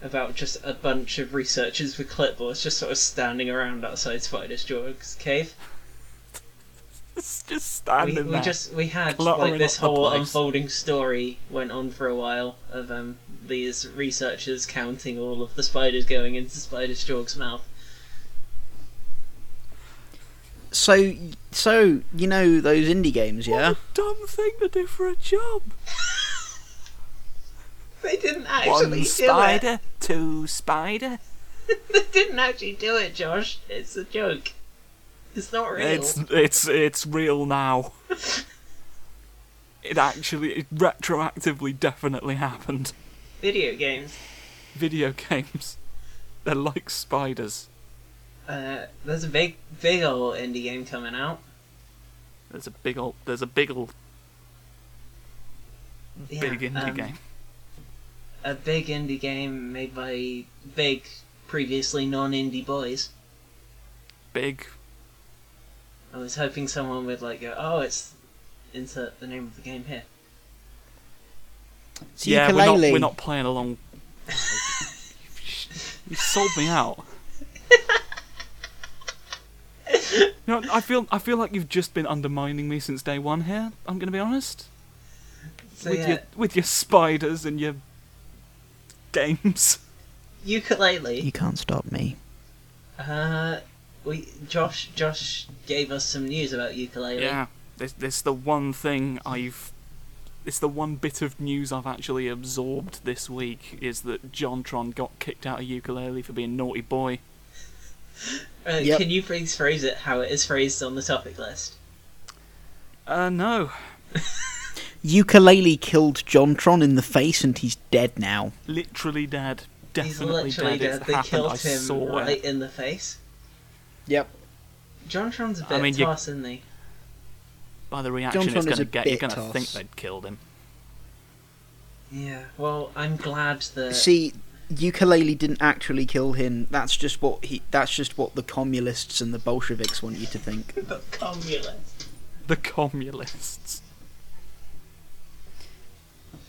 Speaker 3: about just a bunch of researchers with clipboards just sort of standing around outside Spider's Jorg's cave.
Speaker 2: It's just
Speaker 3: we,
Speaker 2: standing
Speaker 3: we
Speaker 2: there.
Speaker 3: just we had
Speaker 2: cluttering
Speaker 3: like this
Speaker 2: up the
Speaker 3: whole
Speaker 2: place.
Speaker 3: unfolding story went on for a while of um these researchers counting all of the spiders going into Spider Jorg's mouth.
Speaker 1: So, so you know those indie games, yeah?
Speaker 2: What a dumb thing to do for a job.
Speaker 3: They didn't actually
Speaker 2: One
Speaker 3: do it.
Speaker 2: spider, two spider.
Speaker 3: They didn't actually do it, Josh. It's a joke. It's not real.
Speaker 2: It's it's it's real now. it actually it retroactively definitely happened.
Speaker 3: Video games.
Speaker 2: Video games. They're like spiders.
Speaker 3: Uh, there's a big, big old indie game coming out.
Speaker 2: There's a big old there's a big old
Speaker 3: Yeah,
Speaker 2: big indie
Speaker 3: um,
Speaker 2: game.
Speaker 3: A big indie game made by big previously non-indie boys.
Speaker 2: Big.
Speaker 3: I was hoping someone would like go, oh, it's insert the name of the game here.
Speaker 1: It's
Speaker 2: yeah, we're not,
Speaker 1: ukulele.
Speaker 2: we're not playing along. you sold me out. you know, I feel I feel like you've just been undermining me since day one. Here, I'm going to be honest.
Speaker 3: So
Speaker 2: with
Speaker 3: yeah,
Speaker 2: your with your spiders and your games.
Speaker 3: ukulele.
Speaker 1: You can't stop me.
Speaker 3: Uh, we Josh Josh gave us some news about ukulele.
Speaker 2: Yeah, it's, it's the one thing I've. It's the one bit of news I've actually absorbed this week is that Jontron got kicked out of ukulele for being naughty boy.
Speaker 3: Uh,
Speaker 1: Yep.
Speaker 3: Can you please phrase it how it is phrased on the topic list?
Speaker 2: Uh, no.
Speaker 1: Ukulele killed Jontron in the face, and he's dead now.
Speaker 2: Literally dead. Definitely
Speaker 3: He's literally
Speaker 2: dead.
Speaker 3: dead.
Speaker 2: It's
Speaker 3: They
Speaker 2: happened.
Speaker 3: killed
Speaker 2: I
Speaker 3: him
Speaker 2: saw it.
Speaker 3: right in the face.
Speaker 1: Yep.
Speaker 3: Jontron's a
Speaker 2: I
Speaker 3: bit
Speaker 2: mean, you-
Speaker 3: toss, isn't he?
Speaker 2: By the reaction
Speaker 1: Jontron
Speaker 2: it's
Speaker 1: is
Speaker 2: going to
Speaker 1: a
Speaker 2: get, you're
Speaker 1: bit
Speaker 2: going to think
Speaker 1: toss.
Speaker 2: they'd killed him.
Speaker 3: Yeah. Well, I'm glad that.
Speaker 1: See, ukulele didn't actually kill him. That's just what he. That's just what the communists and the Bolsheviks want you to think.
Speaker 3: the communist.
Speaker 2: The communists.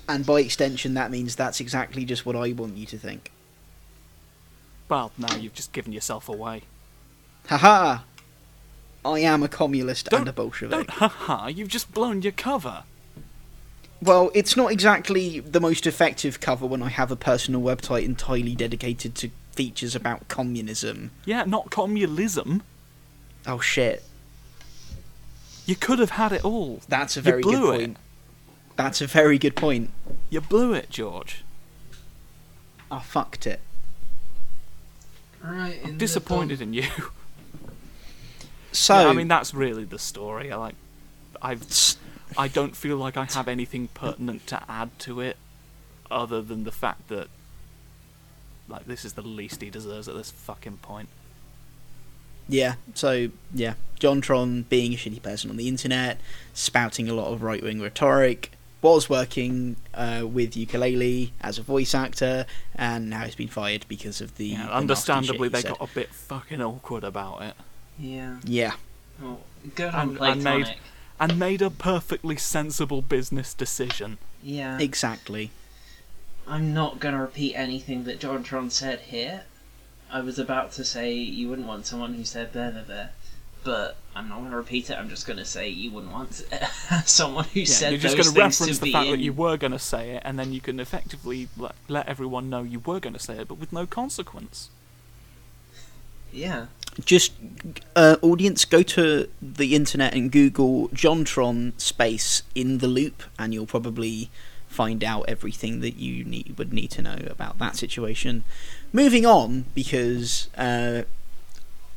Speaker 1: And by extension, that means that's exactly just what I want you to think.
Speaker 2: Well, now you've just given yourself away.
Speaker 1: Haha! I am a communist
Speaker 2: Don't-
Speaker 1: and a Bolshevik.
Speaker 2: Don't haha, you've just blown your cover.
Speaker 1: Well, it's not exactly the most effective cover when I have a personal website entirely dedicated to features about communism.
Speaker 2: Yeah, not communism.
Speaker 1: Oh shit,
Speaker 2: You could have had it all.
Speaker 1: that's a
Speaker 2: You
Speaker 1: very
Speaker 2: blew
Speaker 1: good
Speaker 2: it.
Speaker 1: point. That's a very good point.
Speaker 2: You blew it, George.
Speaker 1: I fucked it.
Speaker 3: Right. in
Speaker 2: I'm
Speaker 3: the
Speaker 2: disappointed in you.
Speaker 1: So,
Speaker 2: Yeah, I mean, that's really the story. I Like, I've, I don't feel like I have anything pertinent to add to it, other than the fact that, like, this is the least he deserves at this fucking point.
Speaker 1: yeah, so yeah, Jontron being a shitty person on the internet, spouting a lot of right-wing rhetoric, was working uh, with Ukulele as a voice actor, and now he's been fired because of the
Speaker 2: Yeah,
Speaker 1: the nasty
Speaker 2: understandably,
Speaker 1: shit he
Speaker 2: they
Speaker 1: said.
Speaker 2: got a bit fucking awkward about it,
Speaker 3: Yeah.
Speaker 1: yeah.
Speaker 3: Well, good
Speaker 2: And-
Speaker 3: on
Speaker 2: and
Speaker 3: Platonic.
Speaker 2: made- and made a perfectly sensible business decision.
Speaker 3: Yeah.
Speaker 1: Exactly.
Speaker 3: I'm not going to repeat anything that Jontron said here. I was about to say you wouldn't want someone who said blah blah blah, but I'm not going to repeat it. I'm just going to say you wouldn't want someone who
Speaker 2: Yeah,
Speaker 3: said
Speaker 2: you're just
Speaker 3: those
Speaker 2: gonna
Speaker 3: things
Speaker 2: reference
Speaker 3: to
Speaker 2: the
Speaker 3: be
Speaker 2: fact
Speaker 3: in.
Speaker 2: that you were going to say it, and then you can effectively like, let everyone know you were going to say it, but with no consequence.
Speaker 3: Yeah.
Speaker 1: just uh, audience go to the internet and google jontron space in the loop and you'll probably find out everything that you need, would need to know about that situation moving on because uh,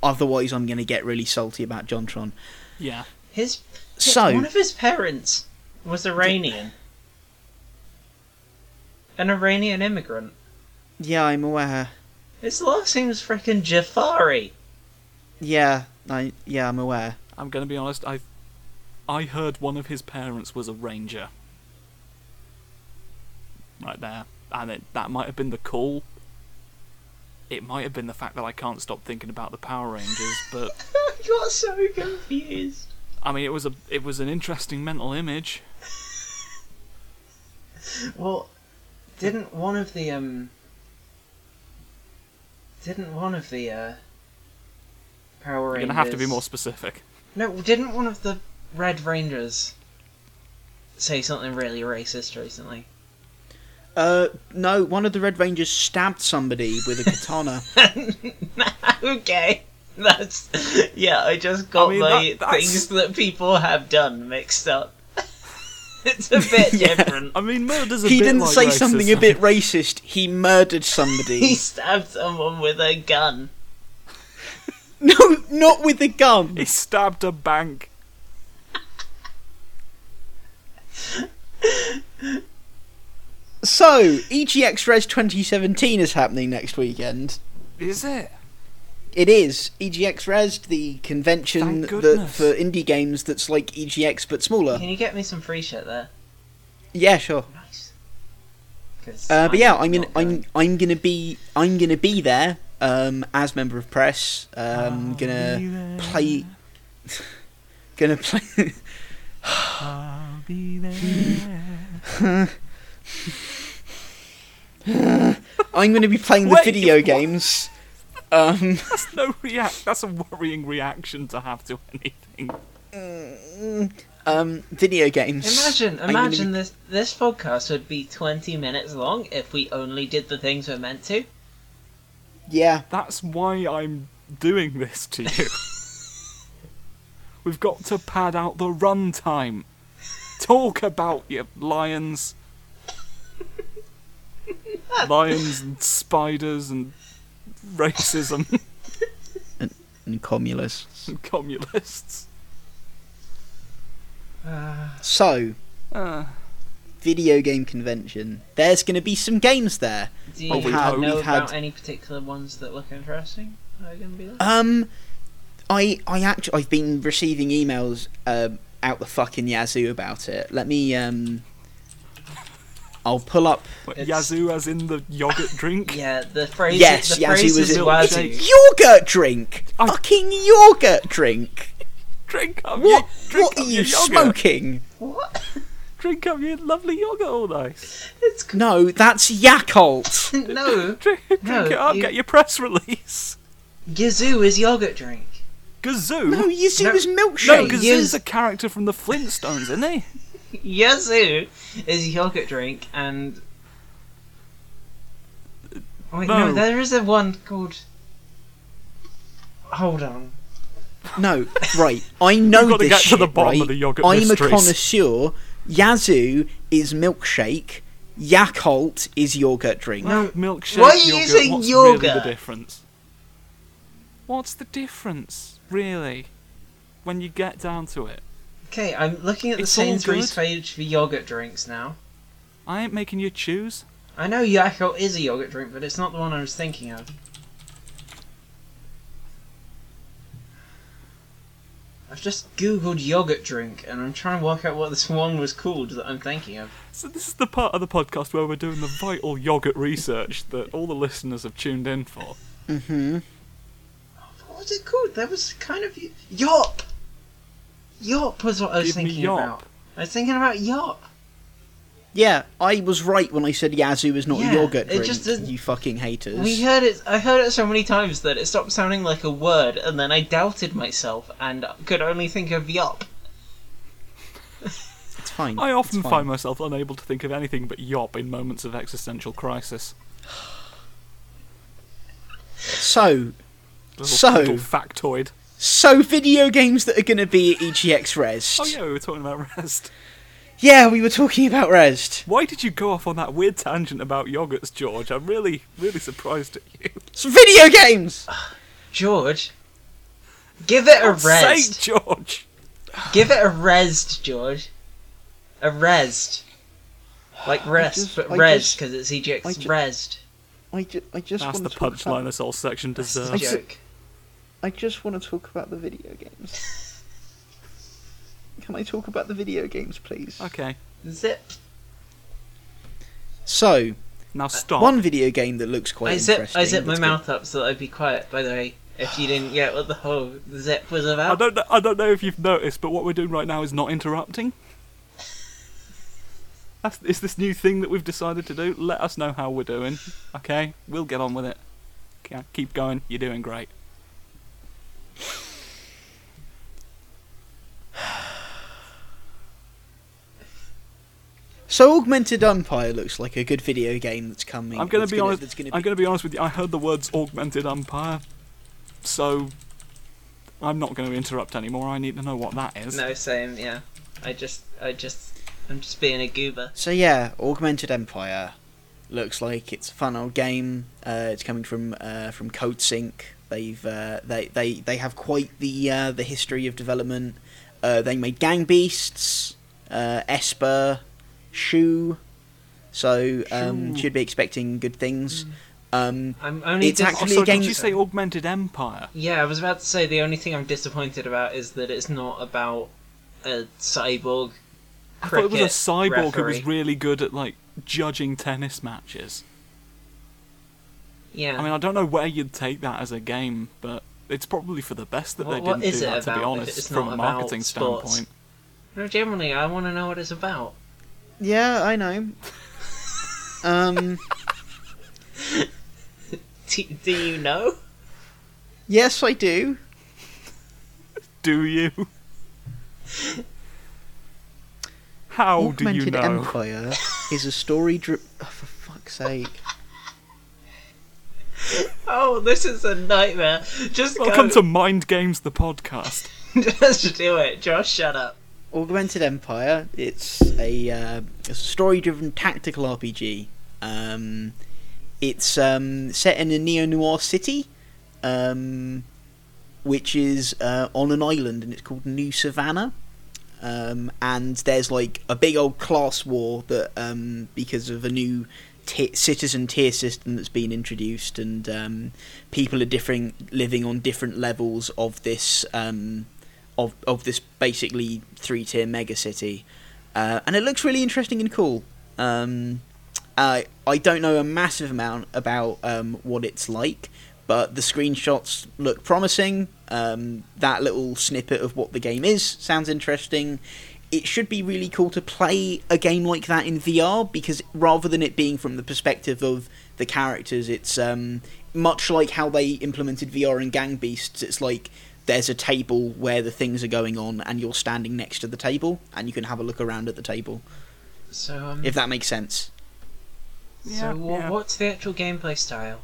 Speaker 1: otherwise i'm going to get really salty about jontron
Speaker 2: Yeah.
Speaker 3: His
Speaker 1: So-
Speaker 3: one of his parents was Iranian, an Iranian immigrant.
Speaker 1: yeah i'm aware
Speaker 3: His last name's frickin' Jafari.
Speaker 1: yeah I, yeah i'm aware
Speaker 2: I'm going to be honest. I I heard one of his parents was a ranger. Right there, and it, that might have been the call. It might have been the fact that I can't stop thinking about the Power Rangers, but
Speaker 3: I got so confused.
Speaker 2: I mean, it was a it was an interesting mental image.
Speaker 3: Well, didn't one of the um, didn't one of the uh, Power
Speaker 2: You're
Speaker 3: Rangers?
Speaker 2: gonna have to be more specific.
Speaker 3: No, didn't one of the Red Rangers say something really racist recently?
Speaker 1: uh, no one of the red rangers stabbed somebody with a katana
Speaker 3: okay. That's yeah. I just got
Speaker 2: I mean,
Speaker 3: my
Speaker 2: that- that's-
Speaker 3: things that people have done mixed up. it's a bit
Speaker 1: Yeah.
Speaker 3: different.
Speaker 2: I mean, murder's a
Speaker 1: he
Speaker 2: bit
Speaker 1: didn't
Speaker 2: like
Speaker 1: say something a
Speaker 2: racism.
Speaker 1: bit racist he murdered somebody
Speaker 3: He stabbed someone with a gun.
Speaker 1: No, not with a gun.
Speaker 2: He stabbed a bank.
Speaker 1: So, EGX Res 2017 is happening next weekend.
Speaker 2: Is it?
Speaker 1: It is EGX Res, the convention
Speaker 2: Thank
Speaker 1: that,
Speaker 2: goodness.
Speaker 1: for indie games that's like EGX but smaller.
Speaker 3: Can you get me some free shit there?
Speaker 1: Yeah, sure.
Speaker 3: Nice. 'Cause
Speaker 1: Uh, but yeah, I'm
Speaker 3: not
Speaker 1: gonna, I'm, I'm gonna be, I'm gonna be there. um, as member of press. Um,
Speaker 2: I'll be
Speaker 1: gonna
Speaker 2: there.
Speaker 1: play. gonna play.
Speaker 2: I'll be there.
Speaker 1: I'm gonna be playing the
Speaker 2: Wait,
Speaker 1: video
Speaker 2: what?
Speaker 1: games. Um,
Speaker 2: That's no react. That's a worrying reaction to have to anything.
Speaker 1: um, video games.
Speaker 3: Imagine,
Speaker 1: I'm gonna be-
Speaker 3: imagine this. This podcast would be twenty minutes long if we only did the things we're meant to.
Speaker 1: yeah,
Speaker 2: That's why I'm doing this to you. We've got to pad out the runtime. Talk about you lions, lions and spiders and racism
Speaker 1: and communists.
Speaker 2: and communists.
Speaker 1: So,
Speaker 2: Uh,
Speaker 1: video game convention. There's gonna be some games there.
Speaker 3: Do you
Speaker 1: Well,
Speaker 2: we hope.
Speaker 3: know
Speaker 1: We've
Speaker 3: about
Speaker 1: had-
Speaker 3: any particular ones that look interesting? Are you gonna be there?
Speaker 1: Um, I I actually I've been receiving emails um, out the fucking yazoo about it. Let me um, I'll pull up.
Speaker 2: what,
Speaker 3: It's-
Speaker 2: Yazoo, as in the yogurt drink.
Speaker 3: Yeah, the phrase.
Speaker 1: Yes,
Speaker 3: the
Speaker 1: Yazoo
Speaker 3: phrase
Speaker 1: was
Speaker 3: is
Speaker 1: in-
Speaker 3: Wazoo.
Speaker 2: It's-
Speaker 1: Yogurt drink,
Speaker 2: I-
Speaker 1: fucking yogurt drink.
Speaker 2: Drink up,
Speaker 1: What
Speaker 2: You, drink
Speaker 1: what are
Speaker 2: up
Speaker 1: you
Speaker 2: your yogurt.
Speaker 1: smoking?
Speaker 3: What?
Speaker 2: Drink up your lovely yogurt all nice.
Speaker 3: It's c-
Speaker 1: No, that's Yakult.
Speaker 3: no.
Speaker 2: Drink, drink
Speaker 3: No,
Speaker 2: it up.
Speaker 3: you-
Speaker 2: Get your press release.
Speaker 3: Yazoo is yogurt drink.
Speaker 2: Gazoo.
Speaker 1: No, Yazoo
Speaker 3: No,
Speaker 1: is
Speaker 2: No,
Speaker 1: milkshake.
Speaker 2: because
Speaker 3: Yes.
Speaker 2: he's a character from the Flintstones, isn't he?
Speaker 3: Yazoo is yogurt drink, and Oh, wait, no.
Speaker 2: No.
Speaker 3: there is a one called. Hold on.
Speaker 1: No, right. I know
Speaker 2: We've got to
Speaker 1: this
Speaker 2: get to
Speaker 1: shit,
Speaker 2: the bottom of
Speaker 1: right?
Speaker 2: the yogurt
Speaker 1: I'm
Speaker 2: mysteries.
Speaker 1: a connoisseur. Yazoo is milkshake. Yakult is yogurt drink.
Speaker 3: No,
Speaker 2: Milkshake.
Speaker 3: why are you
Speaker 2: yogurt.
Speaker 3: using
Speaker 2: What's really
Speaker 3: yogurt?
Speaker 2: the difference? What's the difference, really, when you get down to it?
Speaker 3: Okay, I'm looking at the
Speaker 2: It's all
Speaker 3: Sainsbury's
Speaker 2: good.
Speaker 3: page for yogurt drinks now.
Speaker 2: I ain't making you choose.
Speaker 3: I know Yakult is a yogurt drink, but it's not the one I was thinking of. I've just googled yogurt drink, and I'm trying to work out what this one was called that I'm thinking of.
Speaker 2: So this is the part of the podcast where we're doing the vital yogurt research that all the listeners have tuned in for.
Speaker 1: Mm-hmm.
Speaker 3: What was it called? There was kind of yop. Yop was what I was
Speaker 2: Give me
Speaker 3: thinking
Speaker 2: yop.
Speaker 3: about. I was thinking about yop.
Speaker 1: Yeah, I was right when I said Yazoo is not
Speaker 3: Yeah,
Speaker 1: a yogurt
Speaker 3: it
Speaker 1: drink.
Speaker 3: just doesn't-
Speaker 1: you fucking haters.
Speaker 3: We heard it. I heard it so many times that it stopped sounding like a word, and then I doubted myself and could only think of yop.
Speaker 1: It's fine.
Speaker 2: I often
Speaker 1: it's fine.
Speaker 2: find myself unable to think of anything but yop in moments of existential crisis.
Speaker 1: so
Speaker 2: Little,
Speaker 1: So-
Speaker 2: little factoid.
Speaker 1: so video games that are going to be at EGX Rest.
Speaker 2: Oh yeah, we were talking about rest.
Speaker 1: Yeah, we were talking about Rest.
Speaker 2: Why did you go off on that weird tangent about yogurts, George? I'm really, really surprised at you.
Speaker 1: It's video games.
Speaker 3: George, give it a
Speaker 2: Say,
Speaker 3: rest.
Speaker 2: George.
Speaker 3: Give it a rest, George. A rest. Like rest,
Speaker 1: just-
Speaker 3: but
Speaker 1: I
Speaker 3: rest
Speaker 1: just-
Speaker 3: because it's EGX
Speaker 1: I ju-
Speaker 3: rest.
Speaker 1: I, ju- I just
Speaker 2: That's
Speaker 1: wanna
Speaker 2: the
Speaker 1: talk about-
Speaker 2: punchline this whole section
Speaker 3: It's
Speaker 1: I
Speaker 3: a
Speaker 2: deserves.
Speaker 1: ju-
Speaker 3: joke.
Speaker 1: I just want to talk about the video games. Can I talk about the video games, please?
Speaker 2: Okay,
Speaker 3: Zip.
Speaker 1: So,
Speaker 2: now stop.
Speaker 1: one video game that looks quite
Speaker 3: I zip.
Speaker 1: interesting.
Speaker 3: I zip my
Speaker 1: that's
Speaker 3: mouth up so that I'd be quiet. By the way, if you didn't get what the whole zip was
Speaker 2: I
Speaker 3: about.
Speaker 2: don't know. I don't know if you've noticed, but what we're doing right now is not interrupting. That's, is this new thing that we've decided to do? Let us know how we're doing. Okay, we'll get on with it. Okay, keep going. You're doing great.
Speaker 1: good. So, Augmented Umpire looks like a good video game that's coming.
Speaker 2: I'm going
Speaker 1: that's
Speaker 2: to be honest.
Speaker 1: that's gonna
Speaker 2: I'm
Speaker 1: be-
Speaker 2: going to be honest with you. I heard the words augmented umpire, so I'm not going to interrupt anymore. I need to know what that is.
Speaker 3: No, same. Yeah. I just. I just. I'm just being a goober.
Speaker 1: So yeah, Augmented Empire looks like it's a fun old game. Uh, it's coming from uh, from CodeSync. They've uh, they they they have quite the uh, the history of development. Uh, they made Gang Beasts, uh, Esper, Shoe. So um,
Speaker 2: Shoe.
Speaker 1: should be expecting good
Speaker 2: Hmm.
Speaker 1: things. Um,
Speaker 3: I'm only.
Speaker 1: It's
Speaker 3: dis-
Speaker 2: Oh,
Speaker 1: actually
Speaker 2: so
Speaker 1: a game-
Speaker 2: did you say augmented empire?
Speaker 3: Yeah, I was about to say the only thing I'm disappointed about is that it's not about a cyborg.
Speaker 2: I thought it was a
Speaker 3: cricket
Speaker 2: cyborg who was
Speaker 3: referee.
Speaker 2: really good at like judging tennis matches.
Speaker 3: Yeah.
Speaker 2: I mean, I don't know where you'd take that as a game, but it's probably for the best that
Speaker 3: What-
Speaker 2: they
Speaker 3: what
Speaker 2: didn't
Speaker 3: is
Speaker 2: do
Speaker 3: it
Speaker 2: that. To be
Speaker 3: about if
Speaker 2: honest,
Speaker 3: it's
Speaker 2: from
Speaker 3: not
Speaker 2: a
Speaker 3: about
Speaker 2: marketing
Speaker 3: sports?
Speaker 2: standpoint,
Speaker 3: no, generally, I want to know what it's about.
Speaker 1: Yeah, I know. um,
Speaker 3: Do, do you know?
Speaker 1: yes, I do.
Speaker 2: do you? How do you
Speaker 1: Augmented
Speaker 2: know?
Speaker 1: Empire is a story. Dri- oh, for fuck's sake!
Speaker 3: Oh, this is a nightmare. Just
Speaker 2: Welcome
Speaker 3: go.
Speaker 2: to Mind Games, the podcast.
Speaker 3: Just do it. Josh, shut up.
Speaker 1: Augmented Empire. It's a, uh, it's a story-driven tactical RPG. Um, it's um, set in a neo-noir city, um, which is uh, on an island, and it's called New Savannah. Um, and there's like a big old class war that um, because of a new ti citizen tier system that's been introduced, and um, people are different, living on different levels of this um, of of this basically three tier mega city, uh, and it looks really interesting and cool. Um, I I don't know a massive amount about um, what it's like, but the screenshots look promising. Um, that little snippet of what the game is sounds interesting. It should be really cool to play a game like that in VR because rather than it being from the perspective of the characters, it's um, much like how they implemented VR in Gang Beasts. It's like there's a table where the things are going on, and you're standing next to the table, and you can have a look around at the table.
Speaker 3: So, um,
Speaker 1: If that makes sense.
Speaker 2: Yeah,
Speaker 3: so wha-
Speaker 2: yeah.
Speaker 3: what's the actual gameplay style?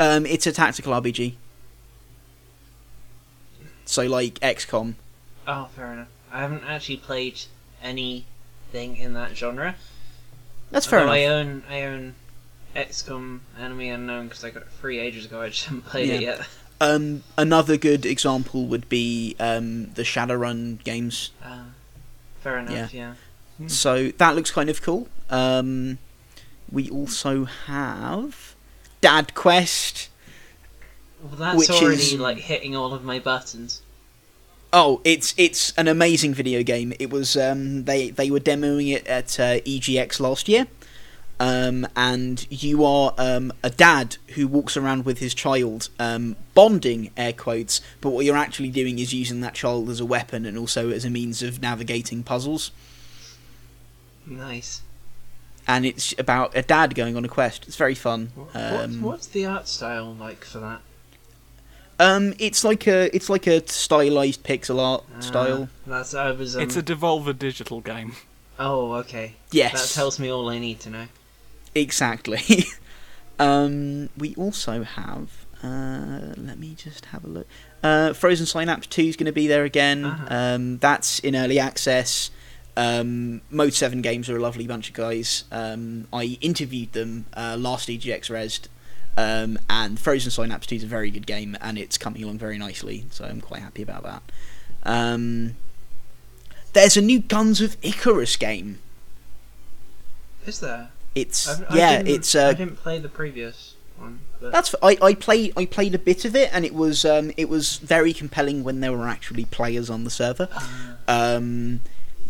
Speaker 1: Um, it's a tactical RPG. So like XCOM.
Speaker 3: Oh, fair enough. I haven't actually played anything in that genre.
Speaker 1: That's fair
Speaker 3: Although
Speaker 1: enough.
Speaker 3: I own, I own XCOM Enemy Unknown because I got it free ages ago. I just haven't played it
Speaker 1: Yeah.
Speaker 3: yet.
Speaker 1: Um, another good example would be um, the Shadowrun games.
Speaker 3: Uh, fair enough. Yeah.
Speaker 1: So that looks kind of cool. Um, we also have Dad Quest.
Speaker 3: Well, that's
Speaker 1: Which
Speaker 3: already
Speaker 1: is-
Speaker 3: like hitting all of my buttons.
Speaker 1: Oh, it's it's an amazing video game. It was um, they they were demoing it at uh, EGX last year, um, and you are um, a dad who walks around with his child, um, bonding air quotes. But what you're actually doing is using that child as a weapon and also as a means of navigating puzzles.
Speaker 3: Nice.
Speaker 1: And it's about a dad going on a quest. It's very fun.
Speaker 3: What,
Speaker 1: Um,
Speaker 3: what's the art style like for that?
Speaker 1: um, it's like a it's like a stylized pixel art
Speaker 3: Ah,
Speaker 1: style.
Speaker 3: That's I was. Um,
Speaker 2: It's a Devolver Digital game.
Speaker 3: Oh, okay.
Speaker 1: Yes,
Speaker 3: That tells me all I need to know.
Speaker 1: Exactly. um, we also have. Uh, let me just have a look. Uh, Frozen Synapse 2 is going to be there again.
Speaker 3: Uh-huh.
Speaker 1: Um, that's in early access. Um, Mode 7 games are a lovely bunch of guys. Um, I interviewed them uh, last EGX Resd. Um, and Frozen Synapse 2 is a very good game and it's coming along very nicely, so I'm quite happy about that. Um, there's a new Guns of Icarus game.
Speaker 3: Is there?
Speaker 1: It's
Speaker 3: I've, I
Speaker 1: yeah,
Speaker 3: didn't-
Speaker 1: it's uh,
Speaker 3: I didn't play the previous one. But
Speaker 1: That's f- I, I played I played a bit of it and it was um, it was very compelling when there were actually players on the server.
Speaker 3: Ah.
Speaker 1: Um,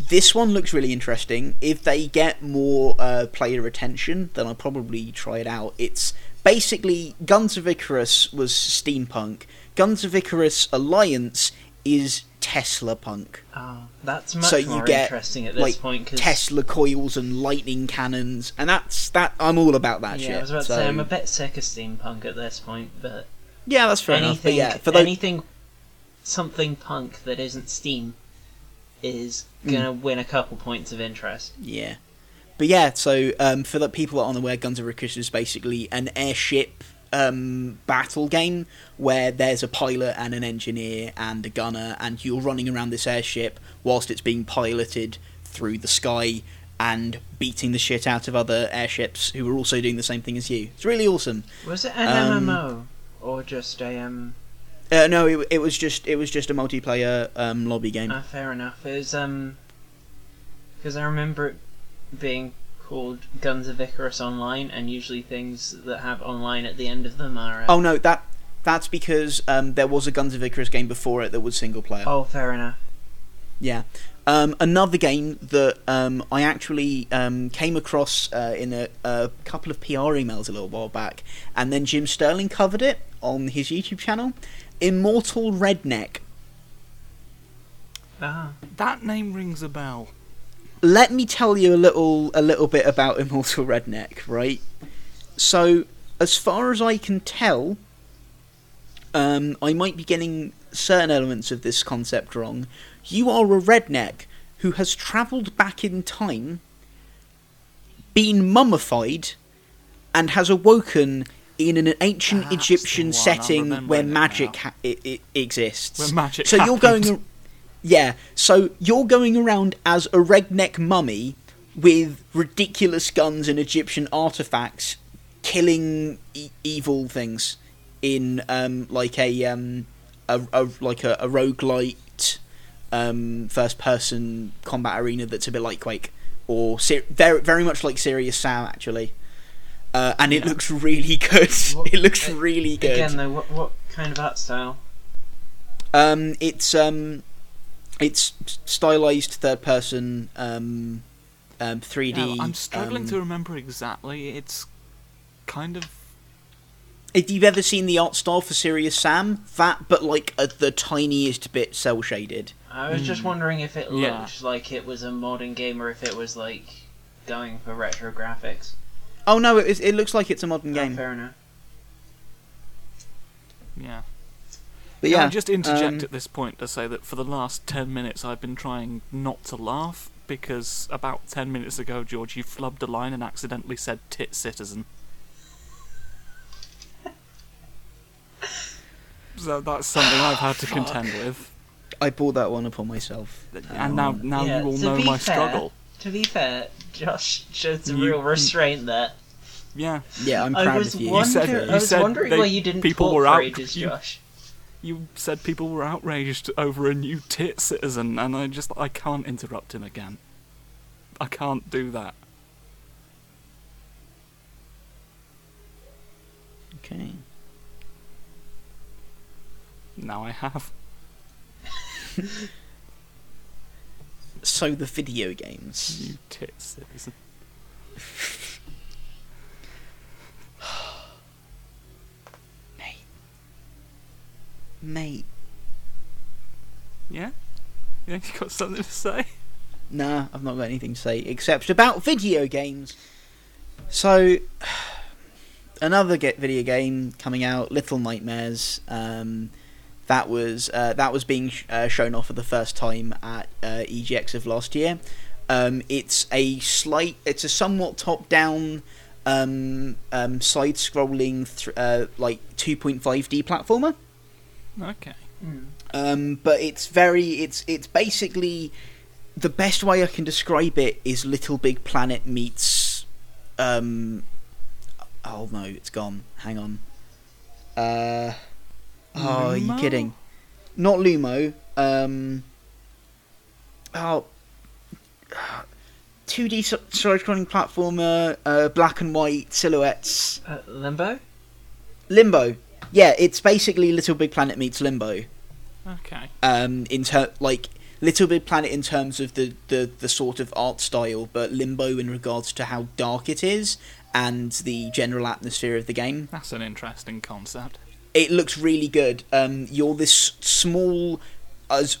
Speaker 1: this one looks really interesting. If they get more uh, player attention, then I'll probably try it out. It's basically Guns of Icarus was steampunk. Guns of Icarus Alliance is Tesla punk.
Speaker 3: Oh, that's much
Speaker 1: so you
Speaker 3: more
Speaker 1: get
Speaker 3: interesting at this
Speaker 1: like
Speaker 3: point because
Speaker 1: Tesla coils and lightning cannons, and that's that. I'm all about that
Speaker 3: yeah,
Speaker 1: shit.
Speaker 3: I was about
Speaker 1: so,
Speaker 3: to say I'm a bit sick of steampunk at this point, but
Speaker 1: yeah, that's fair enough. But
Speaker 3: anything,
Speaker 1: yeah, for those,
Speaker 3: anything, something punk that isn't steam is
Speaker 1: Hmm.
Speaker 3: gonna win a couple points of interest.
Speaker 1: Yeah. But yeah, so um, for the people that aren't aware, Guns of Icarus is basically an airship um, battle game where there's a pilot and an engineer and a gunner, and you're running around this airship whilst it's being piloted through the sky and beating the shit out of other airships who are also doing the same thing as you. It's really awesome.
Speaker 3: Was it an
Speaker 1: Um,
Speaker 3: MMO or just a um?
Speaker 1: Uh, no, it, it was just it was just a multiplayer um, lobby game.
Speaker 3: Ah, fair enough. It was um, because I remember it being called Guns of Icarus Online, and usually things that have online at the end of them are. Uh,
Speaker 1: Oh no, that that's because um, there was a Guns of Icarus game before it that was single player.
Speaker 3: oh, fair enough.
Speaker 1: Yeah. Um, another game that um, I actually um, came across uh, in a, a couple of PR emails a little while back, and then Jim Sterling covered it on his YouTube channel. Immortal Redneck.
Speaker 3: Ah,
Speaker 2: That name rings a bell.
Speaker 1: let me tell you a little a little bit about Immortal Redneck, right? So, as far as I can tell, um, I might be getting certain elements of this concept wrong. You are a redneck who has travelled back in time, been mummified, and has awoken in an ancient
Speaker 2: That's the one,
Speaker 1: Egyptian
Speaker 2: I'm
Speaker 1: setting where
Speaker 2: remembering it
Speaker 1: magic
Speaker 2: now.
Speaker 1: ha- i i exists.
Speaker 2: Where magic
Speaker 1: So you're going.
Speaker 2: happened.
Speaker 1: Yeah, so you're going around as a redneck mummy with ridiculous guns and Egyptian artifacts, killing e- evil things in um, like a, um, a, a like a, a roguelite um, first-person combat arena that's a bit like Quake or ser- very very much like Serious Sam actually. Uh, and it
Speaker 2: Yeah.
Speaker 1: looks really good.
Speaker 3: What-
Speaker 1: It looks
Speaker 3: a-
Speaker 1: really good.
Speaker 3: again though, what what kind of art style?
Speaker 1: Um, it's um, it's stylized third person um, um, 3D.
Speaker 2: Yeah, I'm struggling
Speaker 1: um,
Speaker 2: to remember exactly. It's kind of
Speaker 1: If you've ever seen the art style for Serious Sam, that but like uh, the tiniest bit cell shaded.
Speaker 3: I was just wondering if it
Speaker 2: Yeah.
Speaker 3: looked like it was a modern game or if it was like going for retro graphics.
Speaker 1: Oh no, it, it looks like it's a modern
Speaker 3: Oh,
Speaker 1: game.
Speaker 3: fair enough.
Speaker 2: yeah.
Speaker 1: But
Speaker 2: Can
Speaker 1: yeah,
Speaker 2: I just interject
Speaker 1: um,
Speaker 2: at this point to say that for the last 10 minutes I've been trying not to laugh because about 10 minutes ago, George, you flubbed a line and accidentally said tit citizen. so that's something I've had to contend with.
Speaker 1: I bought that one upon myself.
Speaker 2: And now, now
Speaker 3: Yeah,
Speaker 2: you all
Speaker 3: to
Speaker 2: know
Speaker 3: be
Speaker 2: my
Speaker 3: fair-
Speaker 2: struggle.
Speaker 3: To be fair, Josh showed some
Speaker 2: You-
Speaker 3: real restraint there.
Speaker 2: Yeah,
Speaker 1: Yeah, I'm
Speaker 3: I
Speaker 1: proud
Speaker 3: was,
Speaker 1: of you.
Speaker 2: wonder-
Speaker 1: said-
Speaker 2: You
Speaker 3: wonder- I
Speaker 2: you
Speaker 3: was
Speaker 2: said
Speaker 3: wondering
Speaker 2: they-
Speaker 3: why you didn't
Speaker 2: people
Speaker 3: talk
Speaker 2: were
Speaker 3: for
Speaker 2: out-
Speaker 3: ages,
Speaker 2: you-
Speaker 3: Josh.
Speaker 2: you said people were outraged over a new tit citizen, and I just I can't interrupt him again. I can't do that.
Speaker 1: Okay.
Speaker 2: Now I have.
Speaker 1: So the video games.
Speaker 2: You tit citizen.
Speaker 1: Mate,
Speaker 2: Yeah? Yeah, you got something to say?
Speaker 1: nah, I've not got anything to say except about video games. So, another get video game coming out, Little Nightmares. Um, that was uh, that was being sh- uh, shown off for the first time at uh, EGX of last year. Um, it's a slight, it's a somewhat top-down, um, um, side-scrolling, th- uh, like 2.5D platformer
Speaker 2: Okay.
Speaker 3: Mm.
Speaker 1: um, but it's very it's it's basically the best way I can describe it is Little Big Planet meets um oh no it's gone hang on uh oh are you
Speaker 2: Lumo?
Speaker 1: kidding not Lumo um oh 2D s- side-scrolling platformer uh, black and white silhouettes
Speaker 3: Uh, Limbo?
Speaker 1: Limbo yeah it's basically Little Big Planet meets Limbo
Speaker 2: Okay.
Speaker 1: um, in ter- like Little Big Planet in terms of the, the, the sort of art style, but Limbo in regards to how dark it is and the general atmosphere of the game.
Speaker 2: That's an interesting concept.
Speaker 1: It looks really good. Um, you're this small, as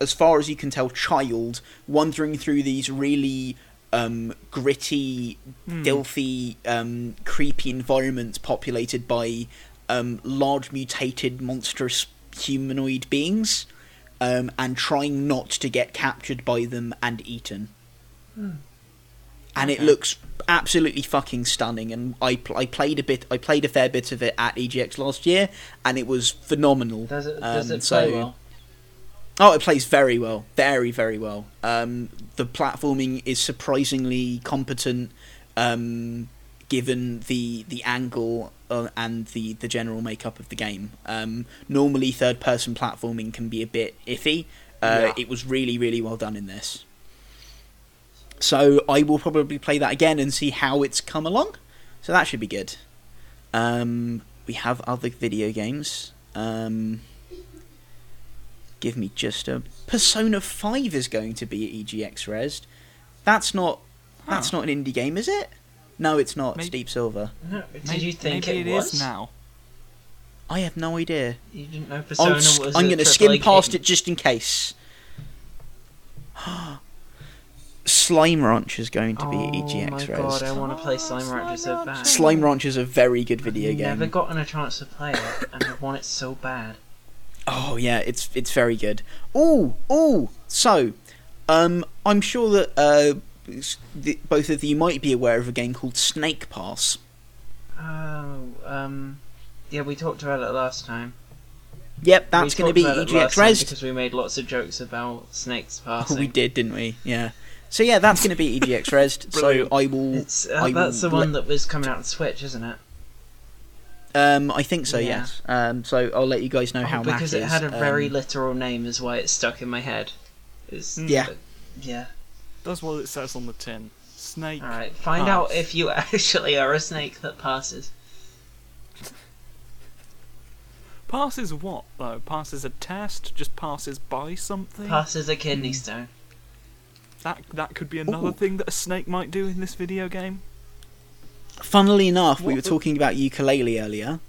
Speaker 1: as far as you can tell, child wandering through these really um, gritty, filthy, um, creepy environments populated by um, large mutated, monstrous humanoid beings um, and trying not to get captured by them and eaten. And it
Speaker 2: Okay.
Speaker 1: looks absolutely fucking stunning. And I, pl- I played a bit, I played a fair bit of it at EGX last year, and it was phenomenal.
Speaker 3: Does it, does
Speaker 1: Um,
Speaker 3: it
Speaker 1: so-
Speaker 3: play well?
Speaker 1: Oh, it plays very well, very very well. Um, the platforming is surprisingly competent, um, given the the angle uh, and the the general makeup of the game. Um, normally, third person platforming can be a bit iffy. Uh,
Speaker 2: Yeah.
Speaker 1: It was really really well done in this. So I will probably play that again and see how it's come along. So that should be good. Um, we have other video games. Um, Give me just a Persona Five is going to be at EGX Res. That's not. That's not an indie game, is it? No, it's not. It's
Speaker 2: Maybe-
Speaker 1: Deep Silver.
Speaker 3: No, did
Speaker 2: Maybe-
Speaker 3: you think
Speaker 2: maybe
Speaker 3: it was?
Speaker 2: is now?
Speaker 1: I have no idea.
Speaker 3: You didn't know
Speaker 1: I'll
Speaker 3: Persona
Speaker 1: sk-
Speaker 3: was
Speaker 1: I'm
Speaker 3: going to
Speaker 1: skim past it just in case. Slime Ranch is going to be E at
Speaker 3: Oh my
Speaker 1: EGX
Speaker 3: god, I
Speaker 1: Res.
Speaker 3: want to play
Speaker 2: Oh,
Speaker 3: Slime
Speaker 2: Slime
Speaker 3: Rancher so
Speaker 2: Rancher.
Speaker 3: bad.
Speaker 1: Slime Ranch is a very good video
Speaker 3: I've Never
Speaker 1: game.
Speaker 3: gotten a chance to play it, and I want it so bad.
Speaker 1: Oh yeah, it's it's very good. Oh oh, so um, I'm sure that uh, s- the, both of you might be aware of a game called Snake Pass.
Speaker 3: Oh, um, yeah, we talked about it last time.
Speaker 1: Yep, that's
Speaker 3: We
Speaker 1: going to
Speaker 3: talked
Speaker 1: be E
Speaker 3: about it last
Speaker 1: EGX
Speaker 3: time
Speaker 1: Res.
Speaker 3: because we made lots of jokes about snakes
Speaker 1: Oh,
Speaker 3: passing.
Speaker 1: we did, didn't we? Yeah. So yeah, that's going to be E EGX Res. so
Speaker 2: Brilliant.
Speaker 1: I will.
Speaker 3: It's, uh,
Speaker 1: I
Speaker 3: that's
Speaker 1: will
Speaker 3: the one that was coming out on Switch, isn't it?
Speaker 1: Um, I think so.
Speaker 3: Yeah.
Speaker 1: Yes. Um, so I'll let you guys know how
Speaker 3: Oh,
Speaker 1: Matt
Speaker 3: because it
Speaker 1: is,
Speaker 3: had a very
Speaker 1: um,
Speaker 3: literal name, is why it's stuck in my head. It's,
Speaker 2: Mm.
Speaker 1: Yeah.
Speaker 3: Yeah.
Speaker 2: That's what it says on the tin. Snake.
Speaker 3: Alright, find
Speaker 2: Ah.
Speaker 3: out if you actually are a snake that passes.
Speaker 2: Passes what though? Passes a test? Just passes by something?
Speaker 3: Passes a kidney stone.
Speaker 2: that that could be another
Speaker 1: Ooh.
Speaker 2: thing that a snake might do in this video game.
Speaker 1: Funnily enough, we
Speaker 2: What
Speaker 1: were
Speaker 2: the-
Speaker 1: talking about ukulele earlier.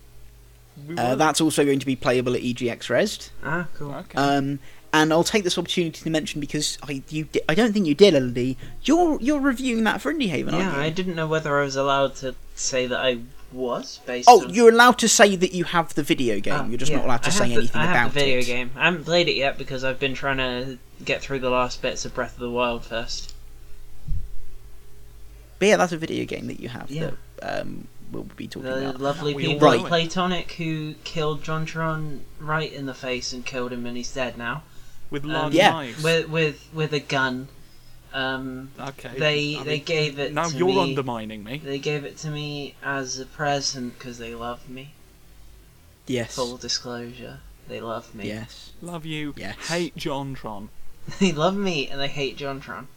Speaker 2: We
Speaker 1: Uh,
Speaker 2: were-
Speaker 1: that's also going to be playable at EGX Rest.
Speaker 3: Ah, cool.
Speaker 2: okay.
Speaker 1: Um, and I'll take this opportunity to mention because I you di- I don't think you did, Elodie. You're you're reviewing that for Indie Haven,
Speaker 3: yeah,
Speaker 1: aren't you?
Speaker 3: I didn't know whether I was allowed to say that I was based
Speaker 1: Oh,
Speaker 3: on...
Speaker 1: you're allowed to say that you have the video game.
Speaker 3: Ah,
Speaker 1: you're just
Speaker 3: yeah,
Speaker 1: not allowed to
Speaker 3: I
Speaker 1: say
Speaker 3: have the-
Speaker 1: anything
Speaker 3: I have
Speaker 1: about
Speaker 3: the video
Speaker 1: it.
Speaker 3: game. I haven't played it yet because I've been trying to get through the last bits of Breath of the Wild first.
Speaker 1: But yeah, that's a video game that you have
Speaker 3: Yeah.
Speaker 1: that um, we'll be talking
Speaker 3: The
Speaker 1: about.
Speaker 3: lovely
Speaker 2: We all
Speaker 3: people
Speaker 1: know
Speaker 3: at
Speaker 2: it.
Speaker 3: Platonic who killed Jontron right in the face and killed him and he's dead now.
Speaker 2: with
Speaker 3: um,
Speaker 2: large
Speaker 1: yeah.
Speaker 2: knives.
Speaker 3: With with with a gun. Um
Speaker 2: okay.
Speaker 3: they
Speaker 2: I
Speaker 3: they
Speaker 2: mean,
Speaker 3: gave it
Speaker 2: now
Speaker 3: to
Speaker 2: you're
Speaker 3: me.
Speaker 2: undermining me.
Speaker 3: They gave it to me as a present because they love me.
Speaker 1: Yes.
Speaker 3: Full disclosure, they love me.
Speaker 1: Yes.
Speaker 2: Love you.
Speaker 1: Yes.
Speaker 2: Hate Jontron.
Speaker 3: they love me and they hate Jontron,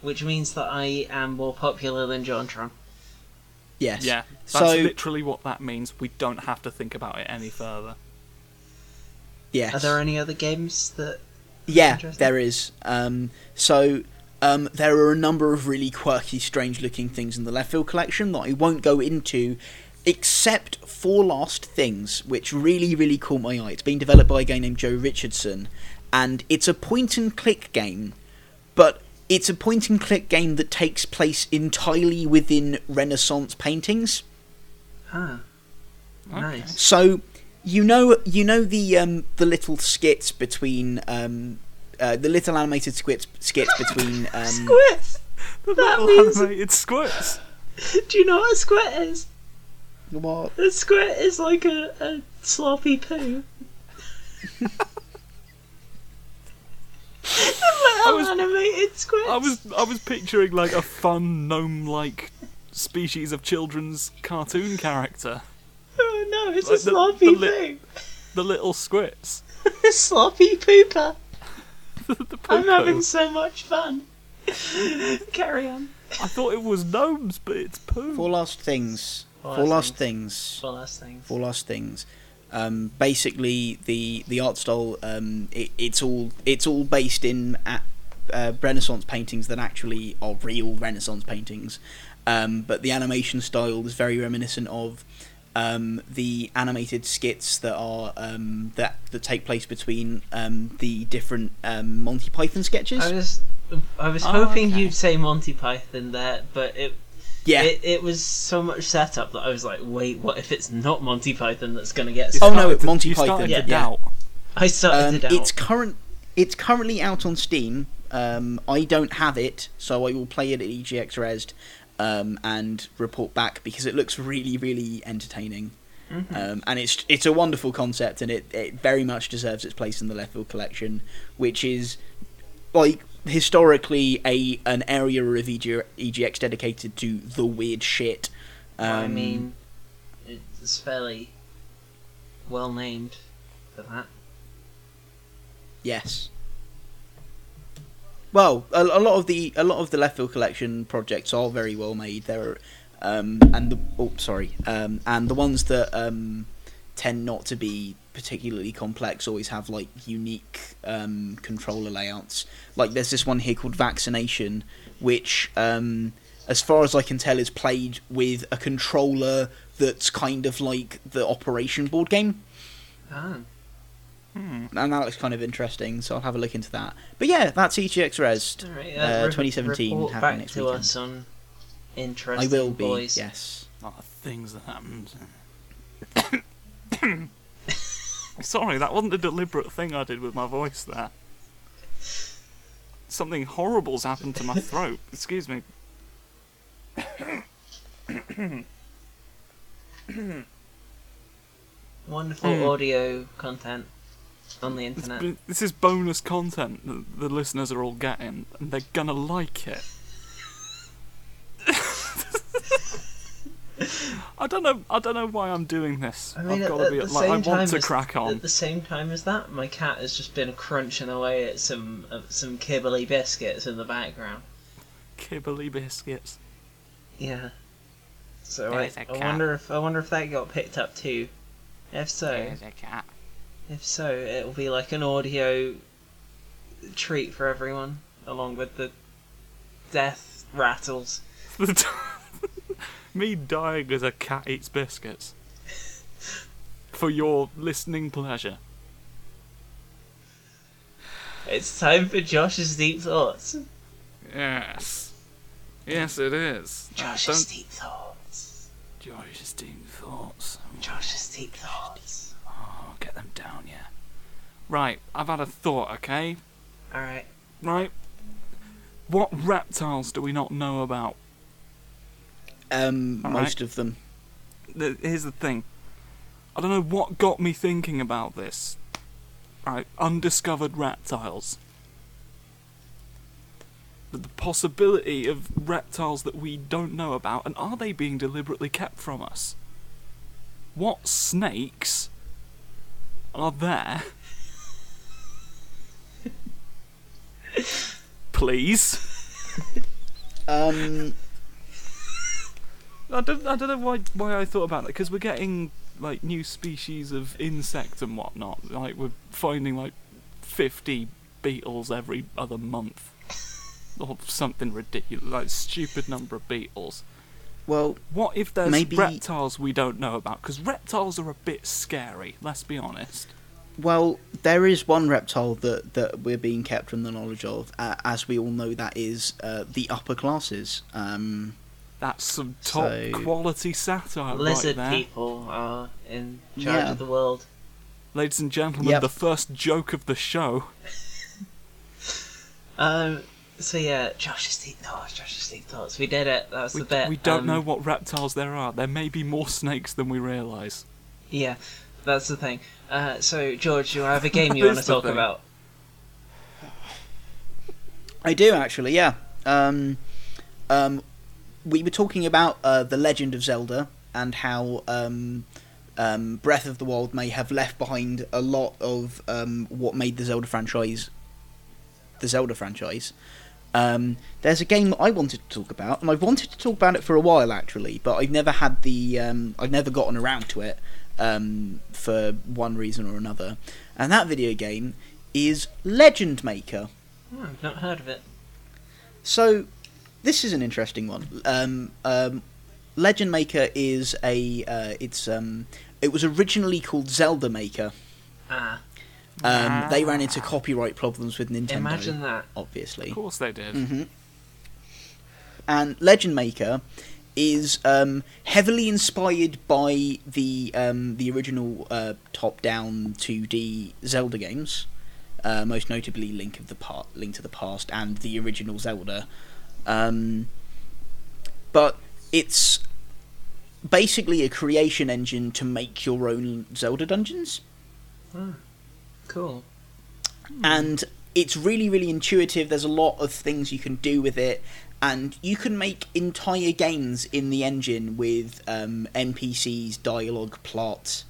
Speaker 3: which means that I am more popular than Jontron.
Speaker 1: Yes.
Speaker 2: Yeah. That's
Speaker 1: So-
Speaker 2: literally what that means. We don't have to think about it any further.
Speaker 1: Yes.
Speaker 3: Are there any other games that?
Speaker 1: Yeah,
Speaker 3: Interesting.
Speaker 1: there is. Um, so um, there are a number of really quirky, strange-looking things in the left field collection that I won't go into, except for Last Things, which really, really caught my eye. It's been developed by a guy named Joe Richardson, and it's a point-and-click game, but it's a point-and-click game that takes place entirely within Renaissance paintings.
Speaker 3: Huh.
Speaker 2: Okay.
Speaker 3: ah, Nice.
Speaker 1: So you know you know the um, the little skits between um, uh, the little animated skits skits between um,
Speaker 3: Squirts.
Speaker 2: The
Speaker 3: That
Speaker 2: little
Speaker 3: means-
Speaker 2: animated Oh, squirts.
Speaker 3: Do you know what a squirt is?
Speaker 1: what?
Speaker 3: A squirt is like a, a sloppy poo. a little
Speaker 2: was-
Speaker 3: animated squirt.
Speaker 2: I was I was picturing like a fun gnome-like species of children's cartoon character.
Speaker 3: Oh no, it's
Speaker 2: Like
Speaker 3: a
Speaker 2: the-
Speaker 3: sloppy
Speaker 2: the li- The little squirts.
Speaker 3: poo. sloppy pooper.
Speaker 2: the
Speaker 3: I'm having
Speaker 2: poo-poo.
Speaker 3: so much fun. Carry on.
Speaker 2: I thought it was gnomes, but it's poo.
Speaker 1: Four last things.
Speaker 3: Four
Speaker 1: Four
Speaker 3: Last
Speaker 1: last things.
Speaker 3: Well, last thing.
Speaker 1: Four last things. Um, basically, the the art style um, it, it's all it's all based in at, uh, Renaissance paintings that actually are real Renaissance paintings, um, but the animation style is very reminiscent of um, the animated skits that are um, that that take place between um, the different um, Monty Python sketches.
Speaker 3: I was, I was
Speaker 2: Oh,
Speaker 3: hoping
Speaker 2: okay.
Speaker 3: you'd say Monty Python there, but it,
Speaker 1: yeah.
Speaker 3: it, it was so much setup that I was like, wait, what if it's not Monty Python that's gonna get?
Speaker 2: You
Speaker 1: Oh,
Speaker 3: stuck?
Speaker 1: no,
Speaker 2: started to-
Speaker 1: Monty
Speaker 2: you
Speaker 1: Python,
Speaker 2: started to
Speaker 1: yeah.
Speaker 2: doubt.
Speaker 3: I started
Speaker 1: um,
Speaker 3: it out.
Speaker 1: It's current. It's currently out on Steam. Um, I don't have it, so I will play it at E EGX Resd um, and report back because it looks really, really entertaining.
Speaker 3: Mm-hmm.
Speaker 1: Um, and it's it's a wonderful concept, and it, it very much deserves its place in the Left Field collection, which is like historically a an area of E EG, EGX dedicated to the weird shit. Um,
Speaker 3: I mean, it's fairly well named for that.
Speaker 1: Yes. Well, a, a lot of the a lot of the left field collection projects are very well made. There are, um, and the oh sorry, um, and the ones that um, tend not to be particularly complex, always have like unique um, controller layouts. Like there's this one here called Vaccination, which, um, as far as I can tell, is played with a controller that's kind of like the Operation board game
Speaker 3: Ah,
Speaker 1: and that looks kind of interesting, so I'll have a look into that. But yeah, that's EGX Res
Speaker 3: all right.
Speaker 1: Uh,
Speaker 3: re-
Speaker 1: 2017
Speaker 3: Report
Speaker 1: happening
Speaker 3: back
Speaker 1: next
Speaker 3: to
Speaker 1: weekend.
Speaker 3: us on
Speaker 1: I
Speaker 3: interesting
Speaker 1: will be,
Speaker 3: boys.
Speaker 1: yes.
Speaker 2: Oh, the things that happened. Sorry, that wasn't a deliberate thing I did with my voice there. Something horrible's happened to my throat. Excuse me.
Speaker 3: Wonderful audio content on the internet.
Speaker 2: B- This is bonus content that the listeners are all getting, and they're gonna like it. I don't know. I don't know why I'm doing this.
Speaker 3: I mean,
Speaker 2: have
Speaker 3: at,
Speaker 2: got to
Speaker 3: at
Speaker 2: be
Speaker 3: the
Speaker 2: like
Speaker 3: same
Speaker 2: I
Speaker 3: time
Speaker 2: want to
Speaker 3: as,
Speaker 2: crack on.
Speaker 3: At the same time as that, my cat has just been crunching away at some uh, some kibbly biscuits in the background.
Speaker 2: Kibbly biscuits.
Speaker 3: Yeah. So I,
Speaker 4: There's a
Speaker 3: I
Speaker 4: cat.
Speaker 3: wonder if I wonder if that got picked up too. If so,
Speaker 4: There's a cat.
Speaker 3: if so, it'll be like an audio treat for everyone, along with the death rattles.
Speaker 2: Me dying as a cat eats biscuits. For your listening pleasure.
Speaker 3: It's time for Josh's deep thoughts.
Speaker 2: Yes. Yes, it is. Uh,
Speaker 3: Josh's deep thoughts.
Speaker 2: Josh's deep thoughts.
Speaker 3: Josh's deep thoughts.
Speaker 2: Oh, get them down, yeah. Right, I've had a thought, okay?
Speaker 3: All right.
Speaker 2: Right? What reptiles do we not know about?
Speaker 1: Um,
Speaker 2: All right.
Speaker 1: most of them.
Speaker 2: th- here's the thing. I don't know what got me thinking about this. Right, undiscovered reptiles. But the possibility of reptiles that we don't know about, and are they being deliberately kept from us? What snakes are there? Please.
Speaker 1: Um,
Speaker 2: I don't, I don't know why why I thought about that because we're getting like new species of insect and whatnot. Like we're finding like fifty beetles every other month, or something ridiculous, like stupid number of beetles.
Speaker 1: well,
Speaker 2: What if there's
Speaker 1: Maybe-
Speaker 2: reptiles we don't know about? Because reptiles are a bit scary. Let's be honest.
Speaker 1: well, there is one reptile that, that we're being kept from the knowledge of, uh, as we all know. That is uh, the upper classes. Um,
Speaker 2: That's some top
Speaker 1: So-
Speaker 2: quality satire
Speaker 3: Lizard
Speaker 2: right there,
Speaker 3: people are in charge
Speaker 1: Yeah.
Speaker 3: of the world.
Speaker 2: ladies and gentlemen.
Speaker 1: Yep.
Speaker 2: The first joke of the show.
Speaker 3: Um. So yeah, Josh's deep thoughts. Josh's deep thoughts. We did it. That was
Speaker 2: We,
Speaker 3: the bit.
Speaker 2: we don't
Speaker 3: um,
Speaker 2: know what reptiles there are. There may be more snakes than we realise.
Speaker 3: Yeah, that's the thing. Uh, so George, do you have a game
Speaker 2: That
Speaker 3: you want to
Speaker 2: is the
Speaker 3: talk
Speaker 2: thing.
Speaker 3: about?
Speaker 1: I do actually, yeah. Um, um, we were talking about uh, the Legend of Zelda and how um, um, Breath of the Wild may have left behind a lot of um, what made the Zelda franchise the Zelda franchise. Um, there's a game that I wanted to talk about, and I've wanted to talk about it for a while actually, but I've never had the um, I've never gotten around to it um, for one reason or another. And that video game is Legend Maker.
Speaker 3: Hmm, I've not heard of it.
Speaker 1: So, this is an interesting one. Um, um, Legend Maker is a uh, it's um, it was originally called Zelda Maker.
Speaker 3: Ah,
Speaker 1: Um, They ran into copyright problems with Nintendo,
Speaker 3: imagine that.
Speaker 1: obviously.
Speaker 2: Of course they did.
Speaker 1: hmm And Legend Maker is um, heavily inspired by the um, the original uh, top-down 2D Zelda games, uh, most notably Link of the pa- Link to the Past and the original Zelda. Um, but it's basically a creation engine to make your own Zelda dungeons
Speaker 3: Cool. Mm.
Speaker 1: and it's really really intuitive there's a lot of things you can do with it and you can make entire games in the engine with um, npcs dialogue plot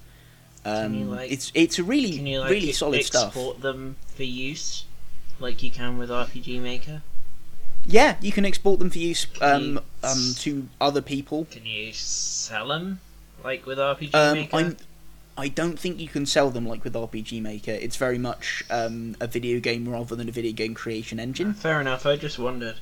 Speaker 1: um,
Speaker 3: you, like-
Speaker 1: it's it's a really
Speaker 3: Can you like
Speaker 1: really
Speaker 3: e-
Speaker 1: solid
Speaker 3: export
Speaker 1: stuff
Speaker 3: them for use, like you can with RPG Maker?
Speaker 1: yeah you can export them for use um,
Speaker 3: you-
Speaker 1: um, to other people
Speaker 3: Can you sell them, like with RPG
Speaker 1: um,
Speaker 3: Maker?
Speaker 1: I'm I don't think you can sell them like with RPG Maker. It's very much um, a video game rather than a video game creation engine.
Speaker 3: Fair enough. I just wondered.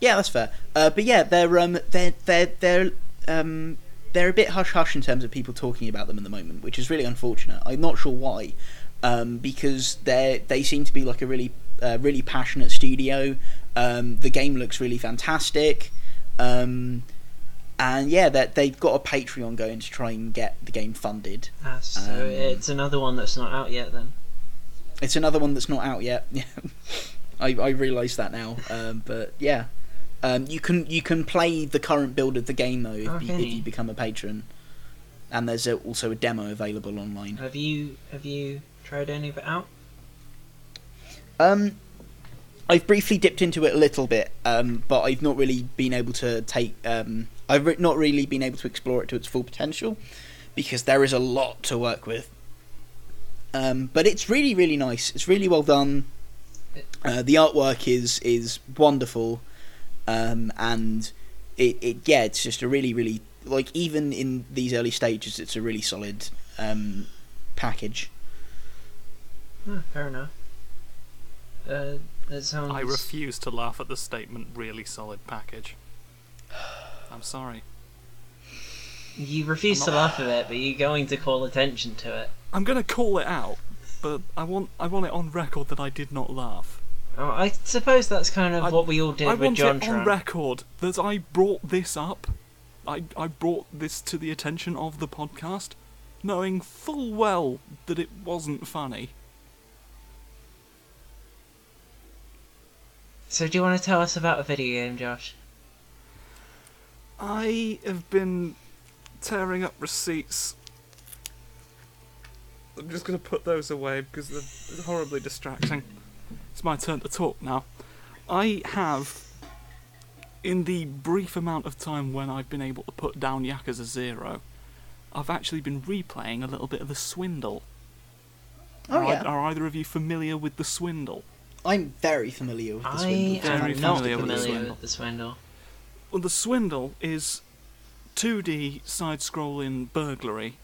Speaker 1: Yeah, that's fair. Uh, but yeah, they're um, they're they're they're um, they're a bit hush hush in terms of people talking about them at the moment, which is really unfortunate. I'm not sure why, um, because they they seem to be like a really uh, really passionate studio. Um, the game looks really fantastic, um, and yeah, that they've got a Patreon going to try and get the game funded.
Speaker 3: Ah, so
Speaker 1: Um,
Speaker 3: it's another one that's not out yet then.
Speaker 1: It's another one that's not out yet. Yeah, I I realise that now. Um, but yeah, um, you can you can play the current build of the game though if, you,
Speaker 3: Okay.
Speaker 1: if you become a patron, and there's a, also a demo available online.
Speaker 3: Have you have you tried any of it out?
Speaker 1: Um, I've briefly dipped into it a little bit, um, but I've not really been able to take. Um, I've re- not really been able to explore it to its full potential because there is a lot to work with. Um, but it's really, really nice. It's really well done. Uh, the artwork is is wonderful, um, and it, it yeah, it's just a really, really like even in these early stages, it's a really solid um, package.
Speaker 3: Ah, fair enough. Uh, that sounds.
Speaker 2: I refuse to laugh at the statement "really solid package." I'm sorry.
Speaker 3: You refuse to laugh at it, but you're going to call attention to it.
Speaker 2: I'm gonna call it out, but I want I want it on record that I did not laugh.
Speaker 3: Oh, I suppose that's kind of
Speaker 2: I-
Speaker 3: what we all did
Speaker 2: I
Speaker 3: with
Speaker 2: want
Speaker 3: John
Speaker 2: it on record that I brought this up. I I brought this to the attention of the podcast, knowing full well that it wasn't funny.
Speaker 3: So do you want to tell us about a video game, Josh?
Speaker 2: I have been tearing up receipts. I'm just going to put those away because they're horribly distracting. It's my turn to talk now. I have, in the brief amount of time when I've been able to put down Yakuza Zero, I've actually been replaying a little bit of The Swindle.
Speaker 1: Oh
Speaker 2: are,
Speaker 1: yeah,
Speaker 2: are either of you familiar with The Swindle?
Speaker 1: I'm very familiar with this.
Speaker 3: I
Speaker 1: Windows
Speaker 2: Very
Speaker 3: am not
Speaker 2: familiar
Speaker 3: familiar
Speaker 2: with the Swindle.
Speaker 3: with the Swindle.
Speaker 2: Well, The Swindle is 2D side scrolling burglary.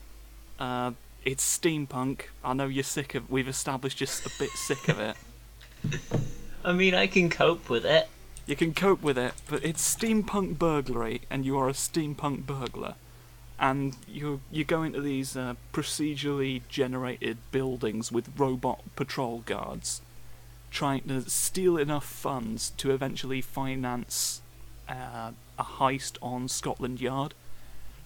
Speaker 2: Uh, it's steampunk. I know you're sick of We've established just a bit sick of it.
Speaker 3: I mean, I can cope with it.
Speaker 2: You can cope with it, but it's steampunk burglary, and you are a steampunk burglar. And you you go into these uh, procedurally generated buildings with robot patrol guards, trying to steal enough funds to eventually finance uh, a heist on Scotland Yard,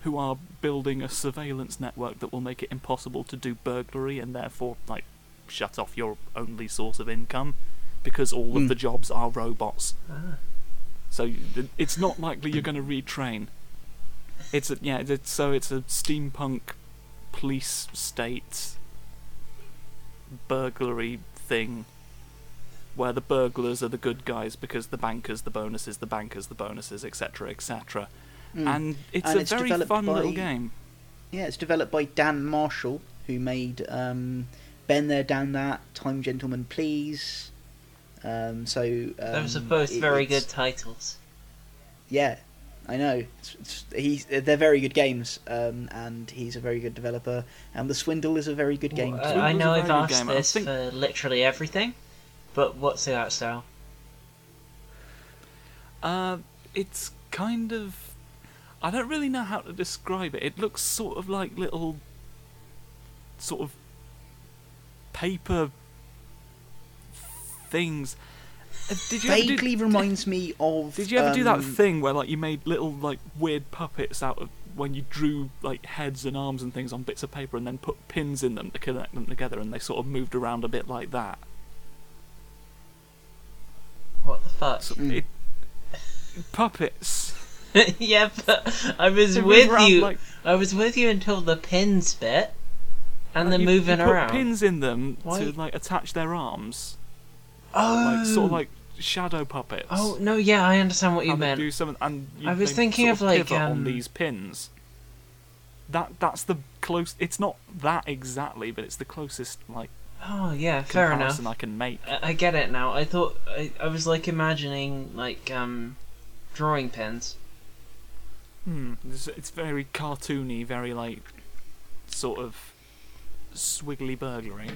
Speaker 2: who are building a surveillance network that will make it impossible to do burglary and therefore like shut off your only source of income, because all of
Speaker 1: Hmm.
Speaker 2: the jobs are robots.
Speaker 3: Ah.
Speaker 2: So you- th- it's not likely you're going to retrain. It's a, yeah, it's, so it's a steampunk police state burglary thing where the burglars are the good guys because the bankers, the bonuses, the bankers, the bonuses, etc., etc.
Speaker 1: Mm.
Speaker 2: And it's
Speaker 1: And
Speaker 2: a
Speaker 1: it's
Speaker 2: very
Speaker 1: developed
Speaker 2: fun little
Speaker 1: by-
Speaker 2: game.
Speaker 1: Yeah, it's developed by Dan Marshall, who made um, Ben There, Down That, Time Gentleman Please. Um, so um,
Speaker 3: Those are both
Speaker 1: it-
Speaker 3: very
Speaker 1: it's-
Speaker 3: good titles.
Speaker 1: Yeah, I know. It's, it's, he's they're very good games, um, and he's a very good developer. And The Swindle is a very good game.
Speaker 3: Well,
Speaker 1: too.
Speaker 3: uh, I, I
Speaker 2: Swindle's
Speaker 3: know
Speaker 2: a
Speaker 3: I've
Speaker 2: very good
Speaker 3: asked
Speaker 2: game, I
Speaker 3: this
Speaker 2: think-
Speaker 3: for literally everything, but what's the art style?
Speaker 2: Uh, it's kind of. I don't really know how to describe it. It looks sort of like little. sort of. paper. things. Uh, Did you ever do-
Speaker 1: Vaguely reminds me of.
Speaker 2: Did you ever do that
Speaker 1: um,
Speaker 2: thing where like you made little like weird puppets out of when you drew like heads and arms and things on bits of paper and then put pins in them to connect them together and they sort of moved around a bit like that?
Speaker 3: What the fuck?
Speaker 2: So
Speaker 1: Mm.
Speaker 2: it, puppets.
Speaker 3: yeah, but I was
Speaker 2: They move
Speaker 3: with
Speaker 2: around
Speaker 3: you.
Speaker 2: like-
Speaker 3: I was with you until the pins bit, and,
Speaker 2: Like, Uh,
Speaker 3: they're
Speaker 2: you- you
Speaker 3: moving
Speaker 2: put
Speaker 3: around.
Speaker 2: Pins in them
Speaker 3: Why-
Speaker 2: to like attach their arms,
Speaker 3: oh,
Speaker 2: like sort of like shadow puppets.
Speaker 3: oh no, yeah, I understand what
Speaker 2: how
Speaker 3: you
Speaker 2: they
Speaker 3: meant.
Speaker 2: do something, and you,
Speaker 3: I was
Speaker 2: they
Speaker 3: thinking
Speaker 2: sort
Speaker 3: of, like,
Speaker 2: pivot on
Speaker 3: um,
Speaker 2: these pins. That that's the close. It's not that exactly, but it's the closest like
Speaker 3: Oh yeah, fair enough.
Speaker 2: comparison I can make.
Speaker 3: I, I get it now. I thought I, I was like imagining like um, drawing pins.
Speaker 2: Hmm. It's, it's very cartoony, very like sort of swiggly burglary.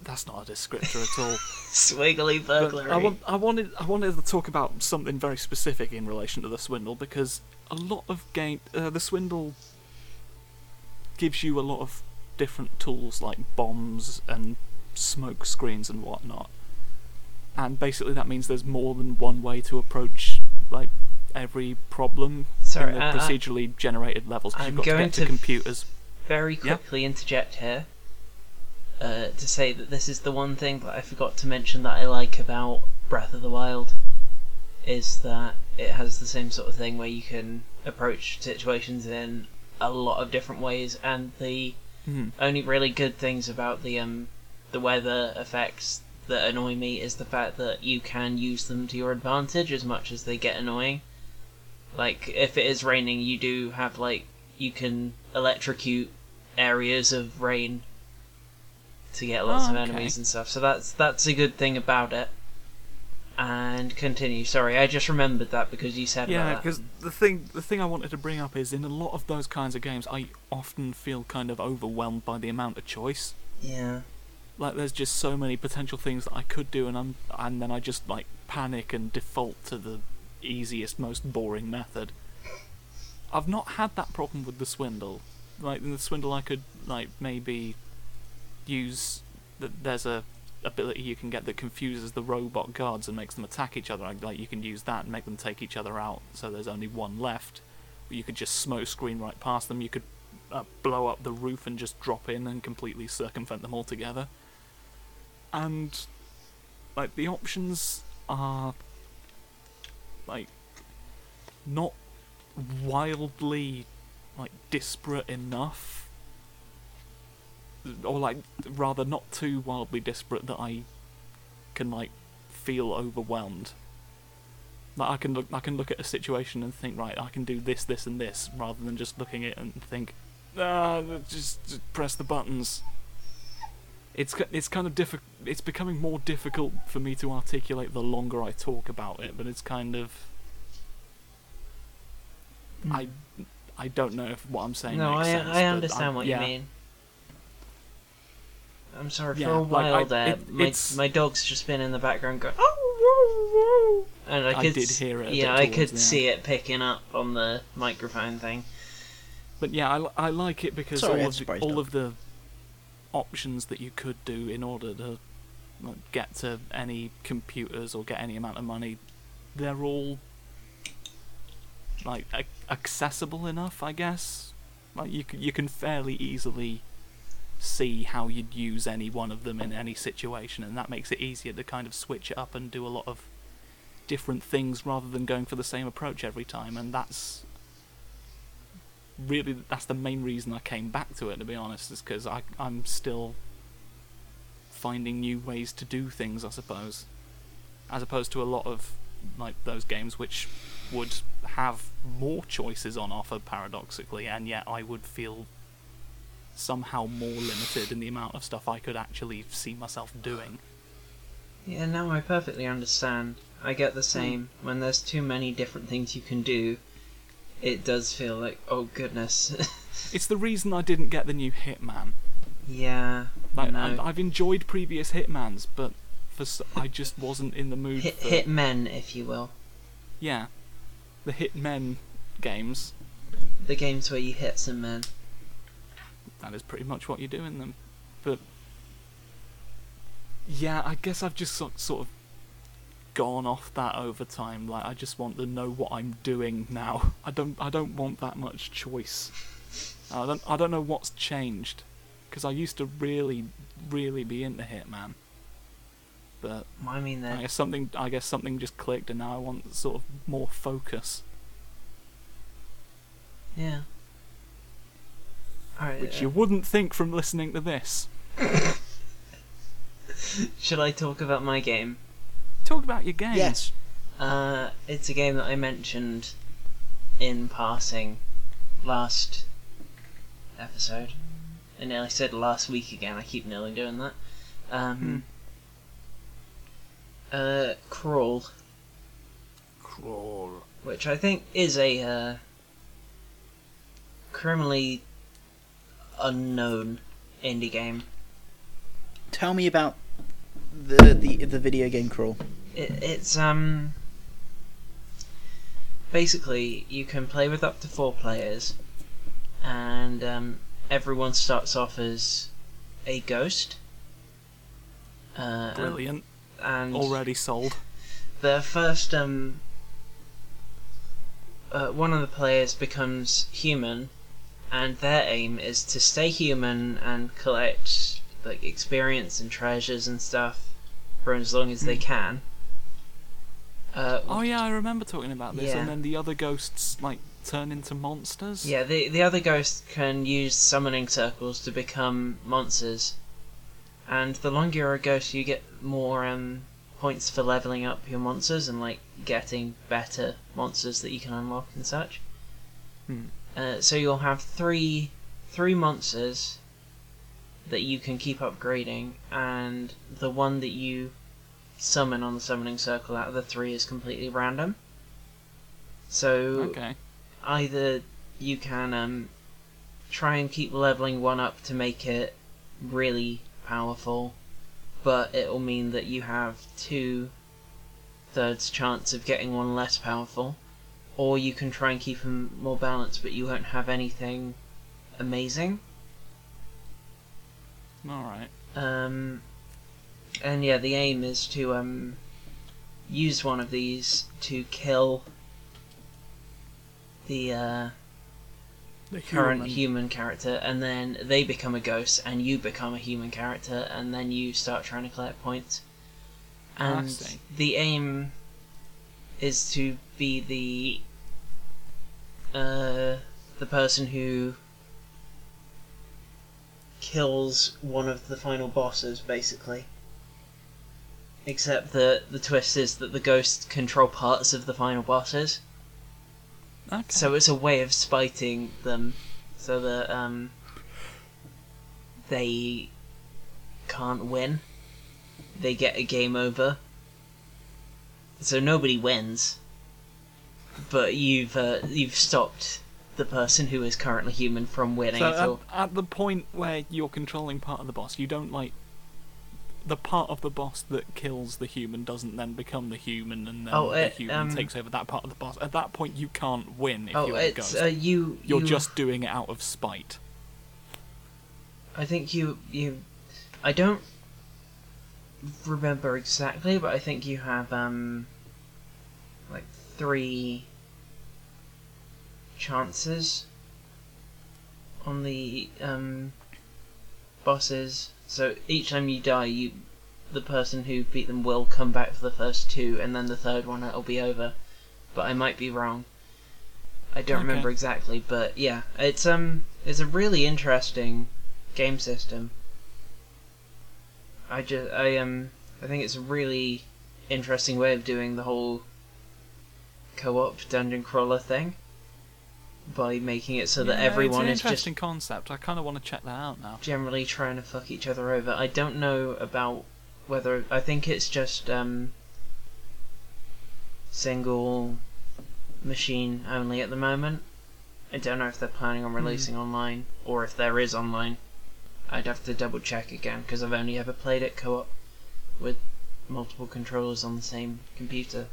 Speaker 2: That's not a descriptor at all.
Speaker 3: Swiggly
Speaker 2: But
Speaker 3: burglary.
Speaker 2: I, want, I wanted I wanted to talk about something very specific in relation to the swindle because a lot of game uh, the swindle gives you a lot of different tools like bombs and smoke screens and whatnot, and basically that means there's more than one way to approach like every problem
Speaker 3: Sorry,
Speaker 2: in the
Speaker 3: I- I-
Speaker 2: procedurally generated levels. 'cause
Speaker 3: I'm
Speaker 2: you've got
Speaker 3: going
Speaker 2: to get
Speaker 3: to-
Speaker 2: to computers.
Speaker 3: very
Speaker 2: Yeah.
Speaker 3: quickly interject here uh, to say that this is the one thing that I forgot to mention that I like about Breath of the Wild is that it has the same sort of thing where you can approach situations in a lot of different ways, and the
Speaker 2: Hmm.
Speaker 3: only really good things about the um, the weather effects that annoy me is the fact that you can use them to your advantage as much as they get annoying. Like if it is raining, you do have like you can electrocute areas of rain to get lots
Speaker 2: Oh,
Speaker 3: of
Speaker 2: okay.
Speaker 3: enemies and stuff. So that's that's a good thing about it. And continue. Sorry, I just remembered that because you said
Speaker 2: Yeah,
Speaker 3: about that.
Speaker 2: because the thing the thing I wanted to bring up is in a lot of those kinds of games, I often feel kind of overwhelmed by the amount of choice.
Speaker 3: Yeah.
Speaker 2: Like, there's just so many potential things that I could do, and I'm and then I just like panic and default to the easiest, most boring method. I've not had that problem with the swindle. Like in the swindle, I could like maybe use that. There's a ability you can get that confuses the robot guards and makes them attack each other. Like- Like you can use that and make them take each other out. So there's only one left. You could just smoke screen right past them. You could uh, blow up the roof and just drop in and completely circumvent them altogether. And like the options are like not wildly like disparate enough or like rather not too wildly disparate that I can like feel overwhelmed. Like I can look I can look at a situation and think right I can do this this and this rather than just looking at it and think ah just, just press the buttons. It's ki- it's kind of diffi- it's becoming more difficult for me to articulate the longer I talk about it, but it's kind of I I don't know if what I'm saying
Speaker 3: Hmm. No, I
Speaker 2: makes sense.
Speaker 3: I
Speaker 2: but
Speaker 3: understand
Speaker 2: I'm-
Speaker 3: what
Speaker 2: yeah.
Speaker 3: you mean. I'm sorry for
Speaker 2: Yeah,
Speaker 3: a
Speaker 2: like,
Speaker 3: while
Speaker 2: I-
Speaker 3: there.
Speaker 2: it-
Speaker 3: my
Speaker 2: it's-
Speaker 3: my dog's just been in the background going oh, woo, woo," and I
Speaker 2: I
Speaker 3: could
Speaker 2: did
Speaker 3: s-
Speaker 2: hear it a
Speaker 3: Yeah,
Speaker 2: bit
Speaker 3: I
Speaker 2: towards
Speaker 3: could
Speaker 2: the
Speaker 3: see it picking up on the microphone thing.
Speaker 2: But yeah, I, li- I like it because
Speaker 1: Sorry,
Speaker 2: all,
Speaker 1: I
Speaker 2: of the,
Speaker 1: surprised
Speaker 2: all
Speaker 1: Doc.
Speaker 2: of the options that you could do in order to like, get to any computers or get any amount of money, they're all like ac- accessible enough, I guess. Like you can, you can fairly easily see how you'd use any one of them in any situation, and that makes it easier to kind of switch it up and do a lot of different things rather than going for the same approach every time. And that's really that's the main reason I came back to it. To be honest, is because I I'm still finding new ways to do things. I suppose, as opposed to a lot of like those games which would have more choices on offer paradoxically, and yet I would feel somehow more limited in the amount of stuff I could actually see myself doing.
Speaker 3: Yeah, now I perfectly understand. I get the
Speaker 2: Hmm.
Speaker 3: same. When there's too many different things you can do, it does feel like, oh goodness.
Speaker 2: It's the reason I didn't get the new Hitman.
Speaker 3: yeah.
Speaker 2: Like,
Speaker 3: no.
Speaker 2: I, I've enjoyed previous Hitmans, but for s I just wasn't in the mood.
Speaker 3: Hit,
Speaker 2: for,
Speaker 3: hit men, if you will.
Speaker 2: Yeah. The Hitmen games.
Speaker 3: The games where you hit some men.
Speaker 2: That is pretty much what you do in them. But. Yeah, I guess I've just sort, sort of gone off that over time. Like, I just want to know what I'm doing now. I don't. I don't want that much choice. I don't. I don't know what's changed, because I used to really, really be into Hitman. But
Speaker 3: I mean,
Speaker 2: I
Speaker 3: they're
Speaker 2: guess something. I guess something just clicked, and now I want sort of more focus.
Speaker 3: yeah. Alright.
Speaker 2: which you wouldn't think from listening to this.
Speaker 3: uh, Should I talk about my game?
Speaker 2: Talk about your game.
Speaker 1: Yes.
Speaker 3: Uh, it's a game that I mentioned in passing last episode. I nearly said last week again. I keep nearly doing that. Um, uh, Crawl,
Speaker 2: Crawl.
Speaker 3: which I think is a uh, criminally unknown indie game.
Speaker 1: Tell me about the the, the video game crawl.
Speaker 3: It, it's um basically you can play with up to four players, and um, everyone starts off as a ghost. Uh,
Speaker 2: Brilliant.
Speaker 3: And
Speaker 2: Already sold.
Speaker 3: the first um uh, one of the players becomes human and their aim is to stay human and collect like experience and treasures and stuff for as long as they can uh,
Speaker 2: Oh yeah, I remember talking about this.
Speaker 3: Yeah.
Speaker 2: And then the other ghosts like turn into monsters.
Speaker 3: yeah the, the other ghosts can use summoning circles to become monsters and the longer you're a ghost you get more um, points for leveling up your monsters and like getting better monsters that you can unlock and such
Speaker 2: Hmm.
Speaker 3: Uh, so you'll have three three monsters that you can keep upgrading, and the one that you summon on the summoning circle out of the three is completely random. So
Speaker 2: Okay.
Speaker 3: either you can um, try and keep leveling one up to make it really powerful, but it will mean that you have two thirds chance of getting one less powerful, or you can try and keep them more balanced, but you won't have anything amazing.
Speaker 2: All right.
Speaker 3: Um, and yeah, the aim is to um, use one of these to kill the uh,
Speaker 2: The
Speaker 3: current human. character, and then they become a ghost, and you become a human character, and then you start trying to collect points.
Speaker 2: I
Speaker 3: And
Speaker 2: see.
Speaker 3: the aim is to be the uh, the person who kills one of the final bosses, basically. Except that the twist is that the ghosts control parts of the final bosses.
Speaker 2: Okay.
Speaker 3: So it's a way of spiting them, so that um, they can't win. They get a game over. So nobody wins, but you've uh, you've stopped the person who is currently human from winning.
Speaker 2: So um,
Speaker 3: at all.
Speaker 2: at, at the point where you're controlling part of the boss, you don't like the part of the boss that kills the human doesn't then become the human, and then
Speaker 3: Oh,
Speaker 2: the
Speaker 3: it,
Speaker 2: human
Speaker 3: um,
Speaker 2: takes over that part of the boss. At that point, you can't win if
Speaker 3: oh,
Speaker 2: you're a
Speaker 3: it's
Speaker 2: ghost.
Speaker 3: uh, you.
Speaker 2: you're
Speaker 3: you-
Speaker 2: just doing it out of spite.
Speaker 3: I think you you I don't remember exactly, but I think you have um like three chances on the um bosses. So each time you die you the person who beat them will come back for the first two and then the third one it'll be over. But I might be wrong. I don't
Speaker 2: Okay.
Speaker 3: remember exactly, but yeah. It's um it's a really interesting game system. I just I um I think it's a really interesting way of doing the whole co-op dungeon crawler thing by making it so that
Speaker 2: Yeah,
Speaker 3: everyone
Speaker 2: it's
Speaker 3: is
Speaker 2: an
Speaker 3: just
Speaker 2: interesting concept. I kind of want to check that out now.
Speaker 3: generally trying to fuck each other over. I don't know about whether I think it's just um single machine only at the moment. I don't know if they're planning on releasing online or if there is online. I'd have to double check again because I've only ever played it co-op with multiple controllers on the same computer.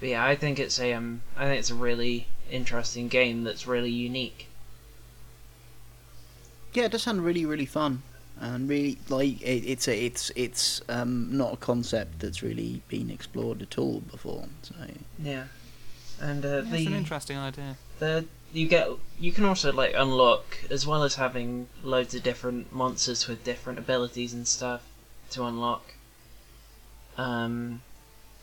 Speaker 3: But yeah, I think it's a um, I think it's a really interesting game that's really unique.
Speaker 1: Yeah, it does sound really really fun, and really like it, it's a, it's it's um, not a concept that's really been explored at all before. So
Speaker 3: Yeah, and uh,
Speaker 2: Yeah,
Speaker 3: the
Speaker 2: it's an interesting idea.
Speaker 3: The you get you can also like unlock as well as having loads of different monsters with different abilities and stuff to unlock. Um,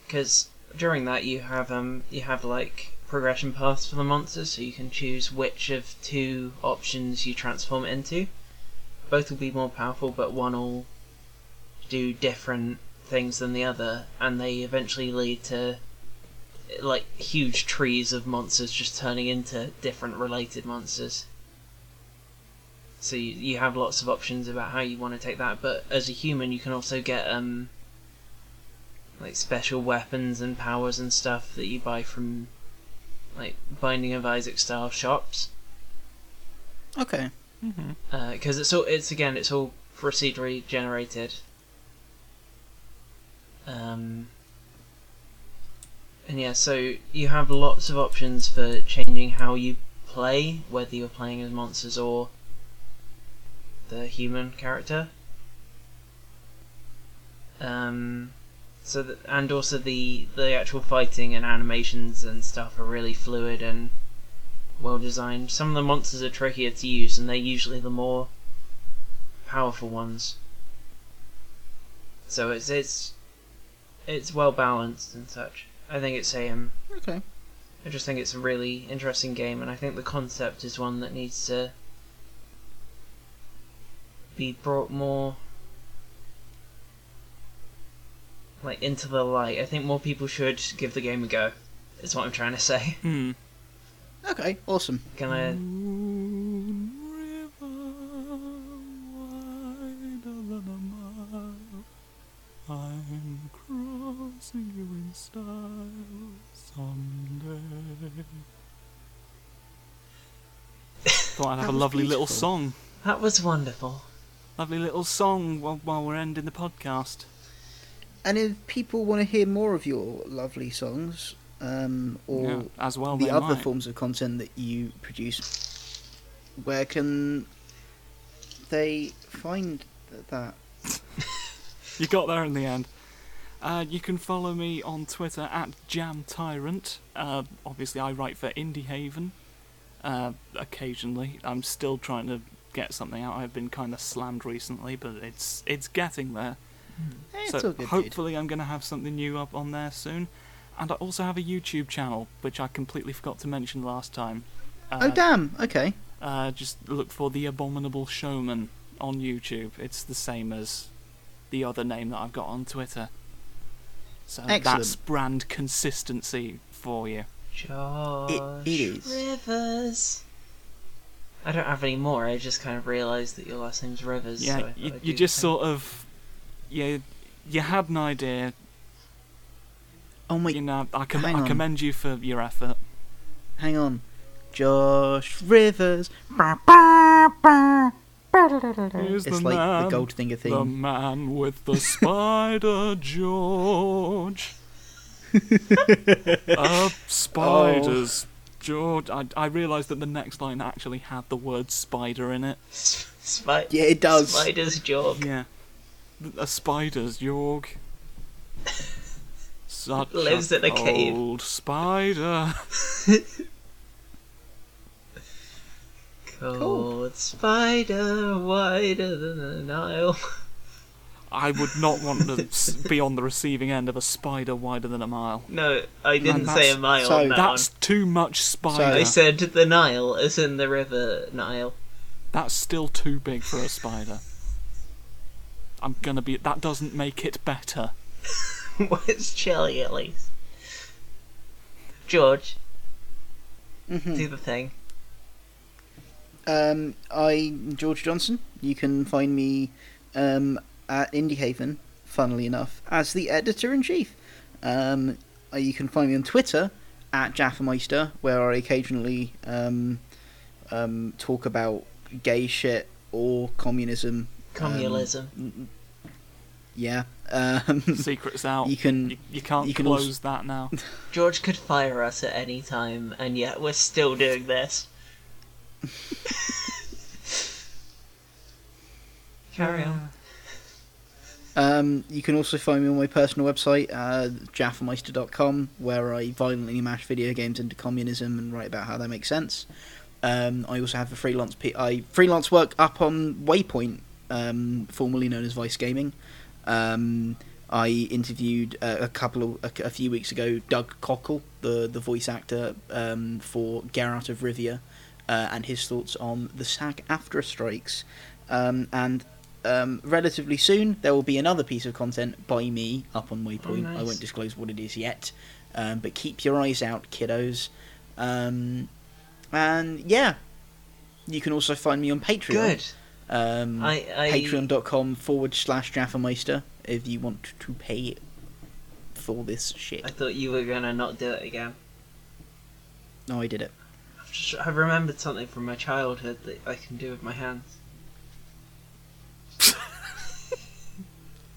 Speaker 3: because during that you have um you have like progression paths for the monsters, so you can choose which of two options you transform into. Both will be more powerful, but one will do different things than the other, and they eventually lead to like huge trees of monsters just turning into different related monsters. So you, you have lots of options about how you want to take that, but as a human you can also get um like special weapons and powers and stuff that you buy from like Binding of Isaac style shops.
Speaker 1: okay,
Speaker 3: because Uh, it's all it's again it's all procedurally generated. Um, and yeah, so you have lots of options for changing how you play, whether you're playing as monsters or the human character. Um, so that, and also the the actual fighting and animations and stuff are really fluid and well designed. Some of the monsters are trickier to use, and they're usually the more powerful ones. So it's it's it's well balanced and such. I think it's a um,
Speaker 1: Okay.
Speaker 3: I just think it's a really interesting game, and I think the concept is one that needs to be brought more like into the light. I think more people should give the game a go. Is what I'm trying to say.
Speaker 2: Hmm.
Speaker 1: Okay. Awesome.
Speaker 3: Can I?
Speaker 2: Mm. I'm crossing you in style someday. Thought I'd have a
Speaker 1: was
Speaker 2: lovely little
Speaker 1: beautiful.
Speaker 2: song.
Speaker 3: That was wonderful.
Speaker 2: Lovely little song while, while we're ending the podcast.
Speaker 1: And if people want to hear more of your lovely songs, um, or
Speaker 2: Yeah, as well,
Speaker 1: the
Speaker 2: they
Speaker 1: other
Speaker 2: might.
Speaker 1: forms of content that you produce, where can they find th- that?
Speaker 2: You got there in the end. Uh, you can follow me on Twitter at Jam Tyrant. Uh, obviously, I write for Indie Haven. Uh, occasionally, I'm still trying to get something out. I've been kind of slammed recently, but it's it's getting there.
Speaker 1: Eh, it's
Speaker 2: so
Speaker 1: all good, dude.
Speaker 2: hopefully, I'm going to have something new up on there soon. And I also have a YouTube channel, which I completely forgot to mention last time. Uh,
Speaker 1: oh damn. Okay.
Speaker 2: uh, just look for The Abominable Showman on YouTube. It's the same as the other name that I've got on Twitter. So that's
Speaker 1: Excellent.
Speaker 2: brand consistency for you.
Speaker 3: Josh
Speaker 1: it is.
Speaker 3: Rivers. I don't have any more. I just kind of realised that your last name's Rivers. so I
Speaker 2: yeah,
Speaker 3: thought
Speaker 2: you,
Speaker 3: I'd
Speaker 2: you
Speaker 3: do
Speaker 2: just
Speaker 3: the same.
Speaker 2: sort of. You, you had an idea.
Speaker 1: Oh my.
Speaker 2: you know, I, com-
Speaker 1: hang
Speaker 2: I
Speaker 1: on.
Speaker 2: commend you for your effort.
Speaker 1: Hang on. Josh Rivers.
Speaker 2: Here's
Speaker 1: It's
Speaker 2: the
Speaker 1: like
Speaker 2: man,
Speaker 1: the Goldfinger
Speaker 2: the
Speaker 1: thing.
Speaker 2: man with the spider, George. uh,
Speaker 3: Oh.
Speaker 2: spiders, George. I, I realised that the next line actually had the word spider in it.
Speaker 3: Spi-
Speaker 1: Yeah, it does.
Speaker 3: Spider's jaw.
Speaker 2: Yeah. A spider's Jorg. Such
Speaker 3: Lives
Speaker 2: a
Speaker 3: in a cave.
Speaker 2: old spider.
Speaker 3: Cold spider, wider than the Nile.
Speaker 2: I would not want to s- be on the receiving end of a spider wider than a mile.
Speaker 3: No, I didn't say
Speaker 2: that's-
Speaker 3: a mile
Speaker 1: so
Speaker 3: on that
Speaker 2: That's too much
Speaker 3: one. I
Speaker 2: spider.
Speaker 1: So-
Speaker 3: said the Nile, as in the river Nile.
Speaker 2: That's still too big for a spider. I'm gonna be. That doesn't make it better.
Speaker 3: Well, it's chilly at least. George,
Speaker 1: Mhm.
Speaker 3: do the thing.
Speaker 1: Um, I'm George Johnson. You can find me um, at Indie Haven, funnily enough, as the editor in chief. Um, uh, you can find me on Twitter at Jaffameister, where I occasionally um, um, talk about gay shit or communism.
Speaker 3: Communism.
Speaker 1: Yeah. Um,
Speaker 2: Secret's out.
Speaker 1: you can.
Speaker 2: You, you can't
Speaker 1: you can
Speaker 2: close
Speaker 1: also-
Speaker 2: that now.
Speaker 3: George could fire us at any time, and yet we're still doing this. Carry on.
Speaker 1: Um, you can also find me on my personal website, uh, jaffameister.com, where I violently mash video games into communism and write about how they make sense. Um, I also have a freelance p- I freelance work up on Waypoint, um, formerly known as Vice Gaming. Um, I interviewed uh, a couple of a, a few weeks ago Doug Cockle, the the voice actor um, for Geralt of Rivia, uh, and his thoughts on the SAG after strikes. Um, and um, relatively soon there will be another piece of content by me up on Waypoint.
Speaker 3: nice.
Speaker 1: I won't disclose what it is yet, um, but keep your eyes out, kiddos. Um, and yeah, you can also find me on Patreon.
Speaker 3: Good.
Speaker 1: Um,
Speaker 3: I, I
Speaker 1: patreon.com forward slash jaffameister if you want to pay for this shit
Speaker 3: I thought you were gonna not do it again.
Speaker 1: no i did it
Speaker 3: just- I've remembered something from my childhood that I can do with my hands.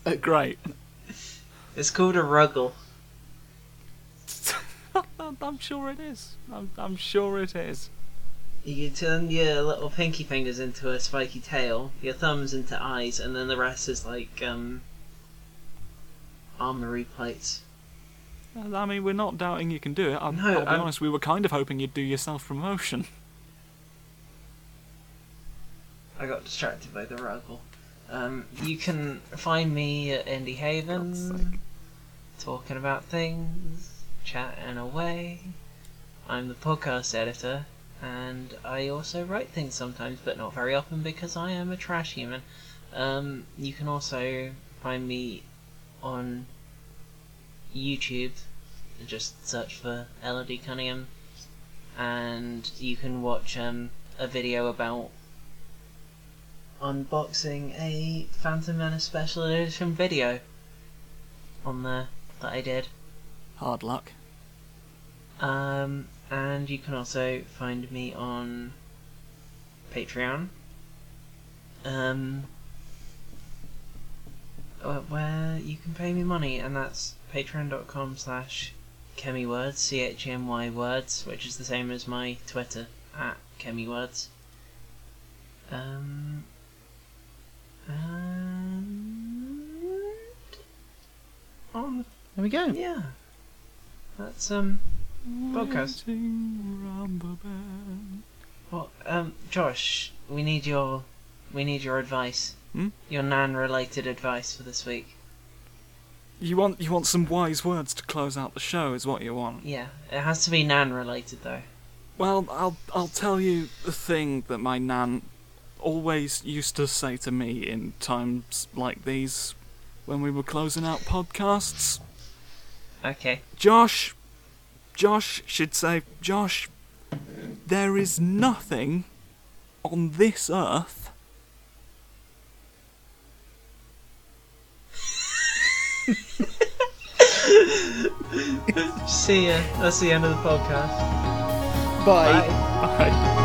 Speaker 2: Uh, great.
Speaker 3: It's called a ruggle.
Speaker 2: I'm sure it is. I'm, I'm sure it is.
Speaker 3: You turn your little pinky fingers into a spiky tail, your thumbs into eyes, and then the rest is like um armory plates.
Speaker 2: I mean, we're not doubting you can do it. I'll,
Speaker 3: No,
Speaker 2: I'll be
Speaker 3: I'm-
Speaker 2: honest, we were kind of hoping you'd do your self promotion.
Speaker 3: I got distracted by the ruggle. Um, you can find me at Indie Haven, talking about things, chatting away. I'm the podcast editor, and I also write things sometimes, but not very often because I am a trash human. Um, you can also find me on YouTube. Just search for Elodie Cunningham, and you can watch um, a video about unboxing a Phantom Menace special edition video on there that I did.
Speaker 2: Hard luck.
Speaker 3: Um, and you can also find me on Patreon. Um, uh, where you can pay me money, and that's patreon.com slash chemiwords, C-H-M-Y words, which is the same as my Twitter, at chemiwords. Um, and on,
Speaker 1: There we go.
Speaker 3: yeah, that's, um, podcast.
Speaker 2: Waiting round the bend.
Speaker 3: Well, um, Josh, we need your we need your advice.
Speaker 2: Hmm?
Speaker 3: Your nan-related advice for this week.
Speaker 2: You want you want some wise words to close out the show, is what you want.
Speaker 3: Yeah, it has to be nan-related though.
Speaker 2: Well, I'll I'll tell you the thing that my nan always used to say to me in times like these, when we were closing out podcasts.
Speaker 3: Okay.
Speaker 2: Josh, Josh should say, Josh, there is nothing on this earth.
Speaker 3: See ya. That's the end of the podcast.
Speaker 1: Bye.
Speaker 3: Bye.
Speaker 2: Bye.